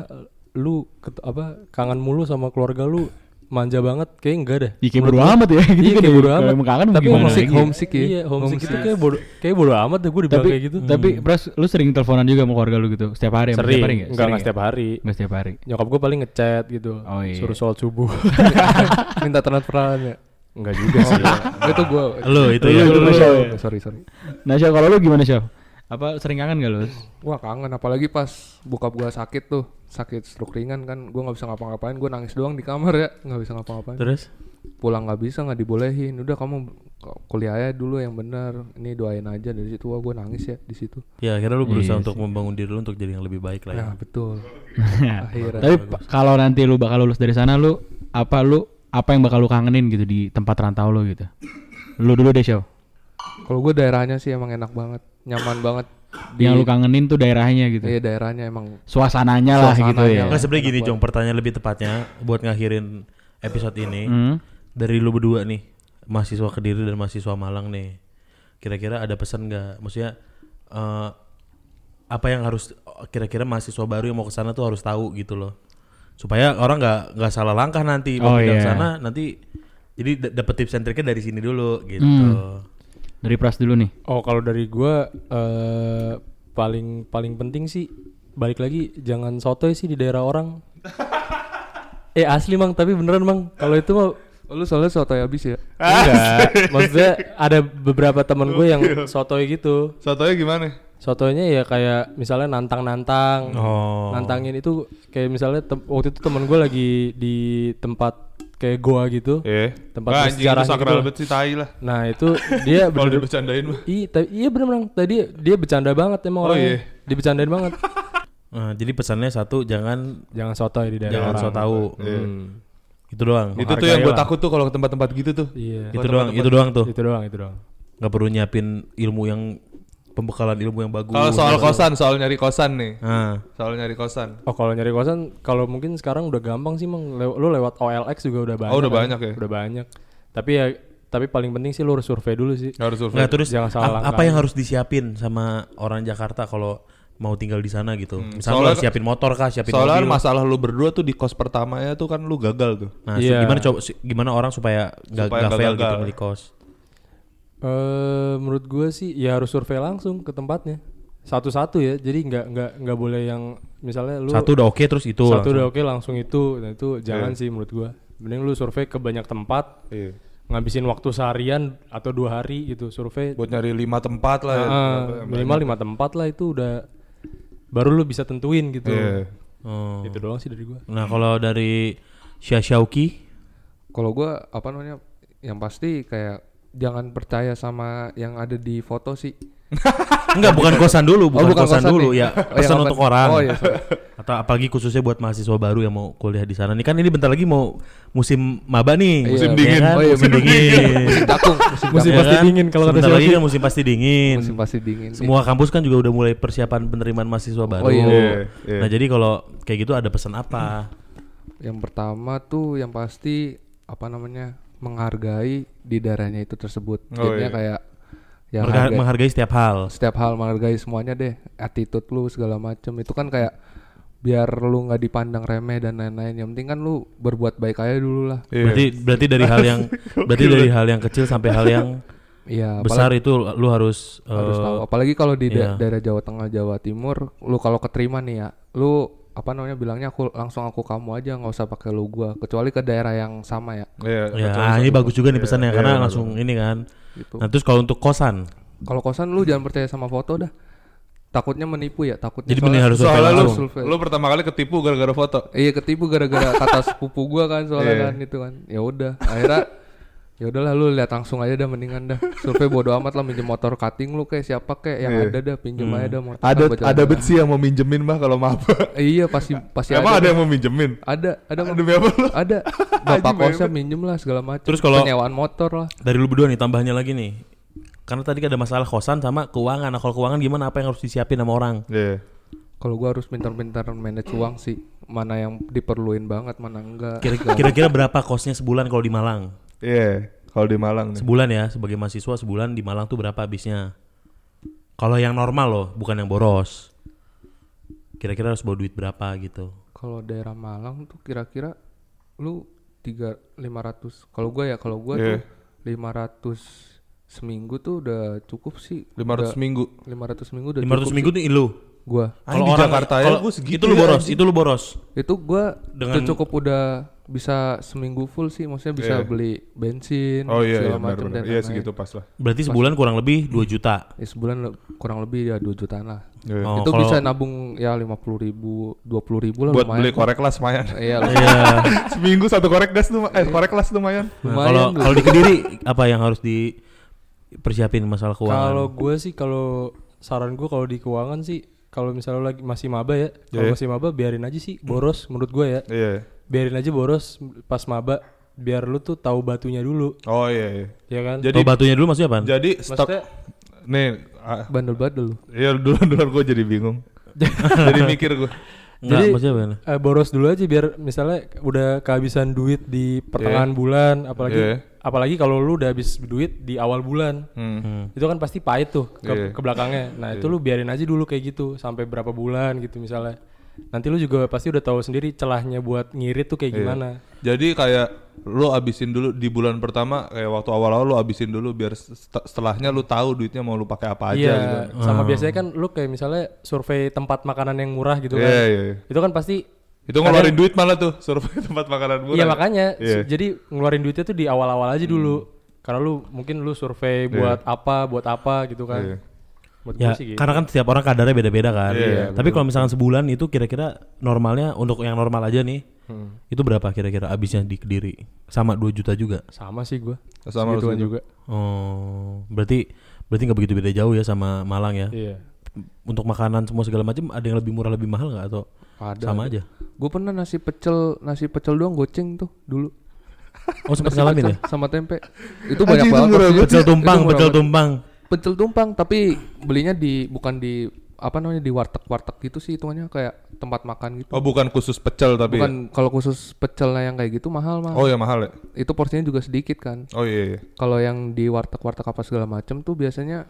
lu ket- apa kangen mulu sama keluarga lu manja banget kayak enggak dah.
Iya kayak bodo amat ya. Gitu
Iya,
kan
kayak
ya,
bodo
kalau
amat.
emang kangen mau
Tapi
gimana
homesick,
lagi?
homesick ya.
Iya, homesick
Homesick
itu kayak bodo kayak bodo amat deh gue dibilang
Tapi
kayak gitu.
tapi Pras lu sering teleponan juga sama keluarga lu gitu setiap hari emang?
sering,
setiap hari
enggak enggak
Sering ya?
setiap hari.
Nggak setiap hari.
Nyokap gue paling ngechat gitu,
Oh, iya.
suruh sholat subuh.
Minta transferan ya. Oh,
enggak juga Iya, sih.
itu gua.
Lo itu ya.
Lu, Syaf.
Oh, sorry, sorry.
Nah, Syaf, kalau lu gimana, Syaf? Apa sering kangen gak lu?
Wah kangen apalagi pas bokap gua sakit tuh sakit stroke ringan kan gua nggak bisa ngapa-ngapain gua nangis doang di kamar ya nggak bisa ngapa-ngapain
Terus
pulang nggak bisa nggak dibolehin udah kamu kuliahnya dulu yang benar ini doain aja dari situ wah gua nangis ya di situ
ya akhirnya lu
Iya
berusaha untuk membangun diri lu untuk jadi yang lebih baik lah ya.
nah betul akhirnya
Tapi pa- kalau nanti lu bakal lulus dari sana lu apa lu apa yang bakal lu kangenin gitu di tempat rantau lu gitu? Lu dulu deh, Syaf.
kalau gua daerahnya sih emang enak banget nyaman banget
Yang lu kangenin tuh daerahnya gitu.
iya daerahnya emang
Suasananya, lah gitu
Suasananya
ya.
lah.
Nggak sebenarnya gini Jong, pertanyaan lebih tepatnya buat ngakhirin episode ini
Hmm.
dari lu berdua nih mahasiswa kediri dan mahasiswa Malang nih kira-kira ada pesan nggak maksudnya eh, apa yang harus kira-kira mahasiswa baru yang mau ke sana tuh harus tahu gitu loh supaya orang nggak nggak salah langkah nanti
Oh,
mau pindah ke
iya.
sana nanti jadi d- dapet tips and triknya dari sini dulu gitu
Hmm. Dari Pras dulu nih.
Oh, kalau dari gua eh, paling paling penting sih balik lagi jangan sotoy sih di daerah orang. eh asli mang, tapi beneran mang. Kalau itu mah
oh, lu soalnya soto habis ya
enggak. Maksudnya ada beberapa temen gue yang sotoy gitu.
Sotonya gimana?
Sotoynya ya kayak misalnya nantang-nantang.
oh
Nantangin itu kayak misalnya tem- waktu itu temen gue lagi di tempat kayak goa gitu.
Eh,
Tempat
Nggak, anjing itu
bersejarah
sakral
gitu.
banget sih tai lah.
Nah, itu dia
Kalau
bener-
dibecandain mah.
Iya, tapi iya bener bang. Tadi dia bercanda banget emang
Oh, iya.
orangnya. Dia bercandain banget.
Nah, jadi pesannya satu jangan
Jangan sotoy di daerah
jangan
orang.
so tahu Hmm.
Iya.
itu doang
Itu tuh yang gue
lah.
takut tuh kalau ke tempat-tempat gitu tuh.
Iya.
itu doang itu doang
Gitu.
tuh
Itu doang, itu doang.
nggak perlu nyiapin ilmu yang pembekalan ilmu yang bagus
Kalau soal kosan, soal nyari kosan nih.
Nah,
Soal nyari kosan.
Oh, kalau nyari kosan, kalau mungkin sekarang udah gampang sih, Mang. Lew- lu lewat OLX juga udah banyak.
udah
kan?
banyak ya?
Udah banyak. Tapi ya tapi paling penting sih lu harus survei dulu sih.
Harus survei.
Nggak nah, terus
Jangan salah
ap-
langkah
apa yang harus disiapin sama orang Jakarta kalau mau tinggal di sana gitu. Misalnya lu
Hmm, soalnya-
harus siapin motor kah, siapin
Soalnya kan
mobil.
masalah lu berdua tuh di kos pertamanya tuh kan lu gagal tuh.
Nah,
Iya.
gimana coba si- gimana orang supaya
Supaya
nggak nggak
nggak
fail
gagal.
gitu beli kos.
Eh menurut gua sih ya harus survei langsung ke tempatnya. Satu-satu ya. Jadi nggak nggak nggak boleh yang misalnya lu
Satu udah oke terus itu.
satu
langsung.
udah oke langsung itu. Nah, itu jangan sih menurut gua. Mending lu survei ke banyak tempat,
Iya.
ngabisin waktu seharian atau dua hari gitu survei
Buat nyari lima tempat lah. ya.
Ah, minimal lima tempat lah itu udah baru lu bisa tentuin gitu
Iya.
Oh.
itu doang sih dari gua
Nah, kalau dari Shia Shauki
kalau gua apa namanya yang pasti kayak jangan percaya sama yang ada di foto sih
Enggak, bukan kosan dulu, bukan,
bukan
kosan,
kosan
dulu
nih.
ya.
Oh, iya,
Pesan
apa-
untuk orang.
Oh, iya, sorry.
Atau apalagi khususnya buat mahasiswa baru yang mau kuliah di sana. Nih kan ini bentar lagi mau musim maba nih.
Musim
ya
dingin.
kan?
Oh, iya,
musim
bener.
dingin.
takung musim
Ya
takung.
kan?
dingin kalau kata
Sebentar
Shia
lagi
Ki.
kan musim pasti dingin.
musim pasti dingin
Semua kampus kan juga udah mulai persiapan penerimaan mahasiswa baru.
Oh, iya.
Iya, iya.
Nah jadi kalau kayak gitu ada pesan apa?
Yang pertama tuh yang pasti apa namanya menghargai di daerahnya itu tersebut.
Oh,
Jadinya
iya.
kayak ya
Mengharga-
hargai-
menghargai setiap hal.
setiap hal menghargai semuanya deh. Attitude lu segala macem itu kan kayak biar lu nggak dipandang remeh dan lain-lain. Yang penting kan lu berbuat baik aja dulu lah.
Berarti berarti dari hal yang berarti dari hal yang kecil sampai hal yang
Iya.
besar itu lu harus, eh,
harus tahu. Apalagi kalau di da-
iya.
daerah Jawa Tengah, Jawa Timur, lu kalau keterima nih ya, lu apa namanya bilangnya aku langsung aku kamu aja nggak usah pakai lu gua kecuali ke daerah yang sama ya
Iya.
Ya, ah, ini bagus juga
ya,
nih pesannya karena langsung ini kan.
gitu.
Nah, terus kalau untuk kosan,
Kalau kosan lu jangan percaya sama foto dah. Takutnya menipu ya, takutnya.
jadi
soalnya-
mending harus survei
Soalnya lu,
langsung.
survei.
lu pertama kali ketipu gara-gara foto.
Iya ketipu gara-gara kata sepupu gua kan soalnya
Iya.
kan itu kan. Ya udah, akhirnya ya udahlah lu lihat langsung aja dah mendingan dah. Survei bodo amat lah minjem motor cutting lu kayak siapa kayak yang
Iya.
ada dah pinjem
Hmm.
aja dah motor.
Ada
Kan
ada
berjalan-jalan.
besi yang mau minjemin mah kalau maaf.
Iya pasti pasti
Emang ada
ada.
yang mau minjemin?
Ada ada ada,
Demi apa lu?
ada. Bapak kosnya minjem lah segala macam.
Terus kalau-
penyewaan motor lah.
Dari lu berdua nih tambahnya lagi nih. Karena tadi ada masalah kosan sama keuangan. Nah, kalau keuangan gimana apa yang harus disiapin sama orang?
Iya.
Kalau gua harus pintar-pintar manage uang sih. Mana yang diperluin banget, mana enggak.
Kira- Kira-kira berapa kosnya sebulan kalau di Malang?
Iya. Kalau di Malang nih.
Sebulan ya, sebagai mahasiswa sebulan di Malang tuh berapa habisnya? Kalau yang normal loh, bukan yang boros. Kira-kira harus bawa duit berapa gitu.
Kalau daerah Malang tuh kira-kira lu tiga lima ratus kalau gue ya kalau gue
Iya.
tuh lima ratus seminggu tuh udah cukup sih
500 minggu.
lima ratus minggu udah
500 minggu nih lu.
gue
Anjing, di Jakarta ya
kalau
gua segitu
itu lu
ya,
boros,
anjing.
itu lu boros.
itu gue
Dengan-
cukup udah bisa seminggu full sih maksudnya bisa
Iya.
beli bensin
Oh iya, iya
segala macam dan
benar-benar. Iya
lain-lain.
segitu pas lah.
Berarti sebulan kurang lebih 2 juta.
Ya, sebulan le- kurang lebih ya 2 jutaan lah
Iya.
Oh,
itu
kalau-
bisa nabung ya lima puluh ribu dua puluh ribu lah
Buat
lumayan
beli korek las lumayan.
iya
Iya.
Seminggu satu korek gas tuh, eh korek las lumayan.
Nah,
Lumayan
Kalau
tuh.
kalau di Kediri apa yang harus dipersiapin masalah
Kalau
keuangan?
gue sih kalau saran gue kalau di keuangan sih kalau misalnya lo lagi masih maba ya,
Iya.
kalau masih maba biarin aja sih boros menurut gue ya.
Iya.
Biarin aja boros pas maba biar lu tuh tahu batunya dulu,
Oh iya. iya.
ya kan?
Jadi
Tahu batunya dulu maksudnya apaan?
jadi stok
Maksudnya
nih ah,
bandel-bandel lu.
ya dulu dulu gue jadi bingung. jadi mikir gue.
Enggak,
jadi-
maksudnya bagaimana?
eh, boros dulu aja biar misalnya udah kehabisan duit di pertengahan bulan apalagi
Iya.
apalagi kalau lu udah habis duit di awal bulan.
Hmm.
Itu kan pasti pahit tuh
Iya.
ke, ke belakangnya. Nah, itu lu biarin aja dulu kayak gitu sampai berapa bulan gitu misalnya. Nanti lu juga pasti udah tahu sendiri celahnya buat ngirit tuh kayak
Iya.
gimana.
Jadi kayak lu abisin dulu di bulan pertama kayak waktu awal-awal lu abisin dulu biar set- setelahnya lu tahu duitnya mau lu pakai apa aja
Iya,
gitu.
sama biasanya kan lu kayak misalnya survei tempat makanan yang murah gitu
Iya,
kan.
iya, iya.
Itu kan pasti
Itu ngeluarin duit malah tuh survei tempat makanan murah.
Iya makanya
Iya. Hmm.
su- jadi ngeluarin duitnya tuh di awal-awal aja dulu. Karena lu mungkin lu survei buat apa, buat apa gitu kan.
Iya.
Buat gue
Ya,
sih gitu.
karena kan setiap orang kadarnya beda-beda kan.
Iya,
Tapi kalau misalkan sebulan itu kira-kira normalnya untuk yang normal aja nih. Itu berapa kira-kira abisnya di Kediri? Sama 2 juta juga.
Sama sih gua.
Sama lu
Segituan
segitu.
juga.
Oh, berarti berarti nggak begitu beda jauh ya sama Malang ya.
Iya.
Untuk makanan semua segala macam ada yang lebih murah lebih mahal nggak atau
Ada.
sama aja?
Gue pernah nasi pecel, nasi pecel doang goceng tuh dulu.
Oh sempat
Nasi
ngalamin
pecel
ya?
sama tempe. Itu banyak
itu
banget.
murah
maksudnya.
Pecel
Itu
tumpang,
murah
pecel
banget.
tumpang.
Pecel tumpang, tapi belinya di bukan di apa namanya di warteg-warteg gitu sih hitungannya kayak tempat makan gitu.
Oh bukan khusus pecel
iya.
tapi.
bukan kalau khusus pecelnya yang kayak gitu mahal mah.
Oh ya mahal ya.
Itu porsinya juga sedikit kan.
Oh iya. iya.
Kalau yang di warteg-warteg apa segala macem tuh biasanya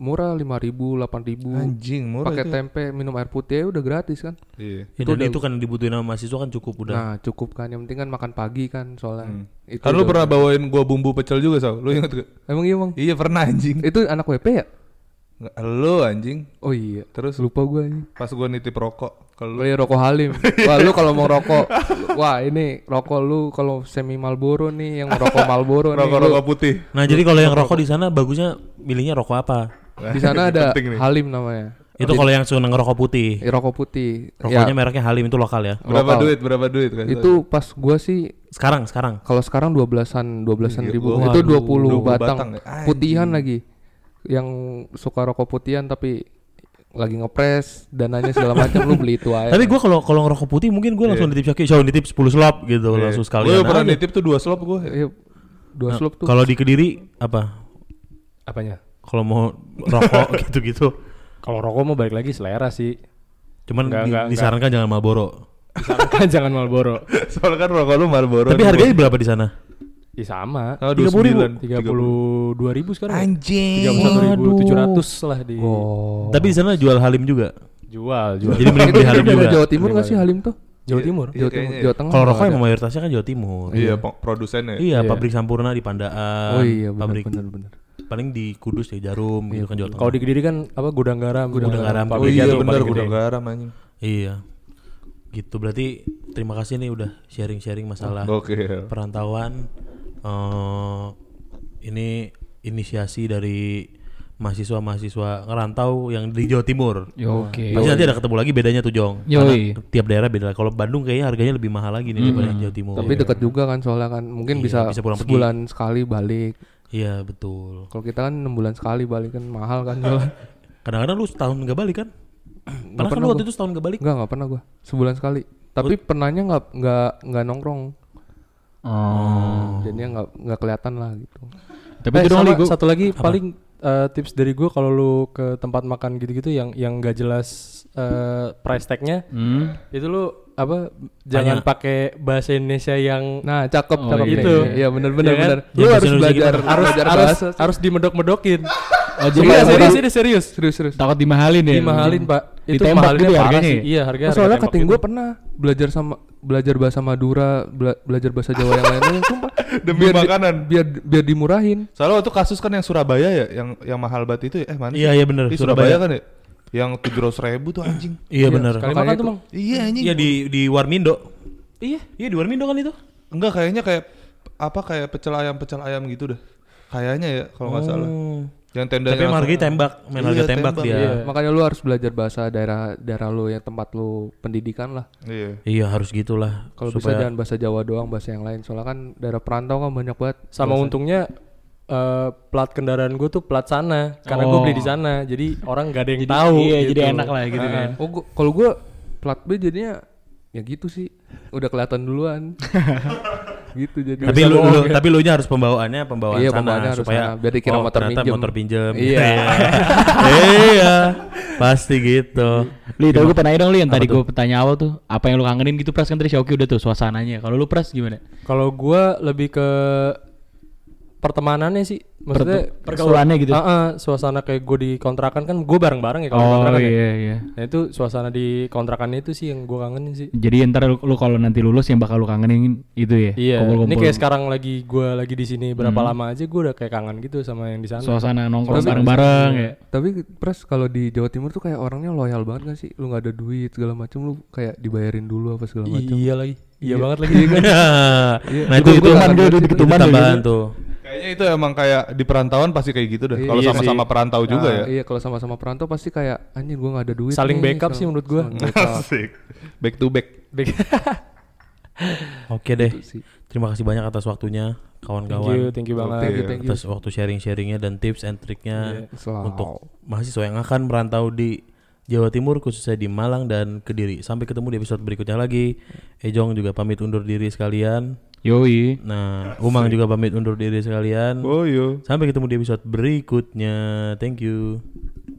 murah 5000 8000
Anjing murah
pakai
itu.
tempe minum air putih ya udah gratis kan
Iya.
Ya,
Itu
dan
udah-
itu kan yang dibutuhin sama mahasiswa kan cukup udah.
Nah cukup kan, yang penting kan makan pagi kan soalnya. Itu
Kan lu
udah-
pernah bawain gua bumbu pecel juga, Sal. Lu inget gak?
Emang iya bang?
Iya, pernah anjing.
Itu anak WP ya?
Nggak, Lu anjing.
Oh iya.
Terus
Lupa gue ini.
pas gua nitip rokok ke
Lu
lu.
ya rokok Halim. Wah lu kalau mau rokok, wah ini rokok lu kalau semi Malboro nih yang rokok Malboro nih. lu-
Rokok-rokok putih.
Nah, jadi kalau yang rokok di sana bagusnya milihnya rokok apa?
Nah,
Di sana
ini
ada
penting nih.
Halim namanya.
Itu kalau yang suka ngerokok putih.
Eh, Rokok putih.
Rokoknya mereknya Halim itu lokal ya.
lokal.
Berapa duit? Berapa duit kan?
Itu pas gua sih
Sekarang, sekarang.
kalau sekarang 12-an, 12-an
Iya,
ribu.
Waduh,
itu 20,
20
batang.
batang ya? Anjing.
Putihan lagi. Yang suka rokok putihan tapi lagi ngepres dananya segala macam lu beli itu aja.
Tapi gua kalau kalau ngerokok putih mungkin gua langsung nitip Shoki, "Show nitip 10 slop" gitu
Iya.
langsung
Gua
sekalian.
pernah
aja.
nitip tuh dua slop gua.
Iya, dua
Nah,
slop tuh.
Kalau di Kediri apa?
Apanya?
Kalau mau rokok gitu-gitu.
Kalau rokok mau balik lagi selera sih.
Cuman
Nggak,
di-
nggak,
disarankan jangan Marlboro.
Disarankan kan, jangan Marlboro.
Soalnya kan rokok lu Marlboro.
Tapi
nih,
harganya berapa di sana?
Ya sama.
Ah, 29,
32 ribu sekarang. ya?
Anjing.
Tiga ribu tujuh ratus lah di
Tapi di sana jual Halim juga.
jual jual.
Jadi mending
itu
beli Halim
dari
juga.
Jawa Timur nggak sih Halim tuh?
Jawa Timur.
Iya,
Jawa Timur,
kayaknya
Jawa Tengah.
Kalau
nggak
rokok
ada.
emang mayoritasnya kan Jawa Timur.
Iya, po- produsennya. ya.
Iya, pabrik Sampurna di Pandaan.
Oh iya, benar
pabrik
benar benar.
paling di Kudus ya Jarum gitu kan Jawa Tengah.
Kalau di Kediri kan apa gudang garam.
Gudang garam. Eh,
Oh
Pabriknya
iya
tuh
benar
paling gede.
gudang garam anjing.
Iya. Gitu berarti terima kasih nih udah sharing-sharing masalah
Ah, Gokil.
perantauan. Eh, ini inisiasi dari mahasiswa-mahasiswa ngerantau yang di Jawa Timur.
Iya.
Ya,
Oke.
Pasti nanti ada ketemu lagi bedanya tuh Jong.
Yoi.
Karena tiap daerah beda. Kalau Bandung kayaknya harganya lebih mahal lagi nih daripada yang Jawa Timur.
Hmm. Tapi dekat juga kan soalnya kan mungkin
Iya,
bisa,
bisa pulang pergi.
sebulan sekali balik.
Iya betul.
Kalau kita kan enam bulan sekali balik kan mahal kan soalnya.
Kadang-kadang lu setahun nggak balik kan? Pernah kan lu waktu itu setahun nggak balik?
Enggak, enggak pernah gua. Sebulan sekali. Tapi pernahnya nggak nggak nggak nongkrong.
Oh.
Jadinya nggak nggak kelihatan lah gitu.
Oh. Tapi
Eh,
itu dong
sama
Li, gua-
satu lagi paling eh, tips dari gue kalau lu ke tempat makan gitu-gitu yang yang gak jelas eh, price tagnya
Hmm.
itu lu apa jangan pakai bahasa Indonesia yang
Nah, cakep
Oh,
cakep
iya.
Iya,
Itu.
Iya, benar benar
Iya kan?
benar.
Jangan
Lu
bahasa
harus
Indonesia
belajar
harus
belajar
harus
bahasa.
harus dimedok-medokin.
Oh, jadi
Iya,
Iya,
takut-
serius
orang-
ini serius.
Serius Iya, serius.
takut dimahalin ya.
Dimahalin, Pak. Itu
Ditembak
mahalinnya
gitu ya
parah
harganya
sih.
ya?
Iya, harganya.
Oh, soalnya kating gue pernah belajar sama belajar bahasa Madura, bela- belajar bahasa Jawa yang lainnya sumpah.
Demi
biar di-
makanan.
biar biar dimurahin.
Iya,
Soalnya waktu kasus kan yang Surabaya ya, yang yang mahal banget itu ya. Eh mana?
Iya,
sih?
iya, bener,
Di Surabaya,
Surabaya.
kan ya. Yang tujuh ribu tuh anjing.
Iya benar.
sekali
Makan
makan
tuh,
tuh,
Bang.
iya anjing.
Iya di di Warmindo.
Iya.
Iya di Warmindo kan itu.
Enggak kayaknya kayak apa kayak pecel ayam pecel ayam gitu dah. Kayaknya ya kalau nggak salah. Yang tenda
Oh. Tapi emang harganya tembak, main
Iya,
harga tembak,
tembak,
dia.
iya.
Makanya lu harus belajar bahasa daerah daerah lu yang tempat lu pendidikan lah.
Iya.
Iya harus gitulah.
Kalau bisa jangan bahasa Jawa doang, bahasa yang lain. Soalnya kan daerah perantau kan banyak banget.
Sama untungnya eh, plat kendaraan gue tuh plat sana karena gue
Oh.
beli di sana. Jadi orang gak ada yang tahu.
iya
gitu.
jadi enak lah gitu kan
Oh, gua- kalau gua plat B jadinya ya gitu sih. Udah kelihatan duluan. gitu jadi.
Tapi lu, lu- tapi lu nya harus pembawaannya pembawaan
Iya,
sana
pembawaannya harus
supaya Oh,
sana. Biar dikira motor
ternyata
pinjem.
motor pinjem.
Iya.
iya. Pasti gitu.
Li, tapi gue tanya dong Li, yang tadi gue tanya awal tuh Apa yang lu kangenin gitu Pras kan tadi Shoki udah tuh suasananya Kalau lu Pras gimana?
Kalau gue lebih ke pertemanannya sih, maksudnya
Pertu- pergaulannya
sua-
gitu.
Heeh, suasana kayak gue di kontrakan kan gue bareng-bareng ya kalau di
Oh
kontrakan. ya.
iya iya
Nah itu suasana di kontrakannya itu sih yang gue kangenin sih.
Jadi ntar lu, lu kalau nanti lulus yang bakal lu kangenin itu ya?
Iya. Ini
Kumpul-kumpul Hmm.
kayak sekarang lagi gue lagi di sini berapa lama aja gue udah kayak kangen gitu sama yang di sana.
Suasana nongkrong
Suasana-
bareng-bareng ya
Tapi pres kalau di Jawa Timur tuh kayak orangnya loyal banget gak sih? Lu nggak ada duit segala macam, lu kayak dibayarin dulu apa segala macam.
Iya lagi. Iya banget lagi.
nah itu
Di
itu
Ketuman, dia udah di
itu
Ketuman dia
tambahan
gitu.
tuh.
Kayaknya itu emang kayak di perantauan pasti kayak gitu dah.
Iya
Kalau
sih.
sama-sama perantau juga
Ah,
Nah,
ya.
Iya, kalau sama-sama perantau pasti kayak anjir gua nggak ada duit.
Saling
nih,
backup sih
segala-
menurut gue.
Iya, saling backup.
Asik. Back to back.
Oke deh.
sih.
Terima kasih banyak atas waktunya
thank you,
kawan-kawan.
thank you banget.
Thank you, thank you. Iya.
Atas waktu sharing-sharingnya dan tips and triknya
Selalu.
untuk mahasiswa yang akan merantau di Jawa Timur khususnya di Malang dan Kediri. Sampai ketemu di episode berikutnya lagi. Ejong juga pamit undur diri sekalian.
Yoi
Nah, Umang juga pamit undur diri sekalian.
Oh yo.
Sampai ketemu di episode berikutnya. Thank you.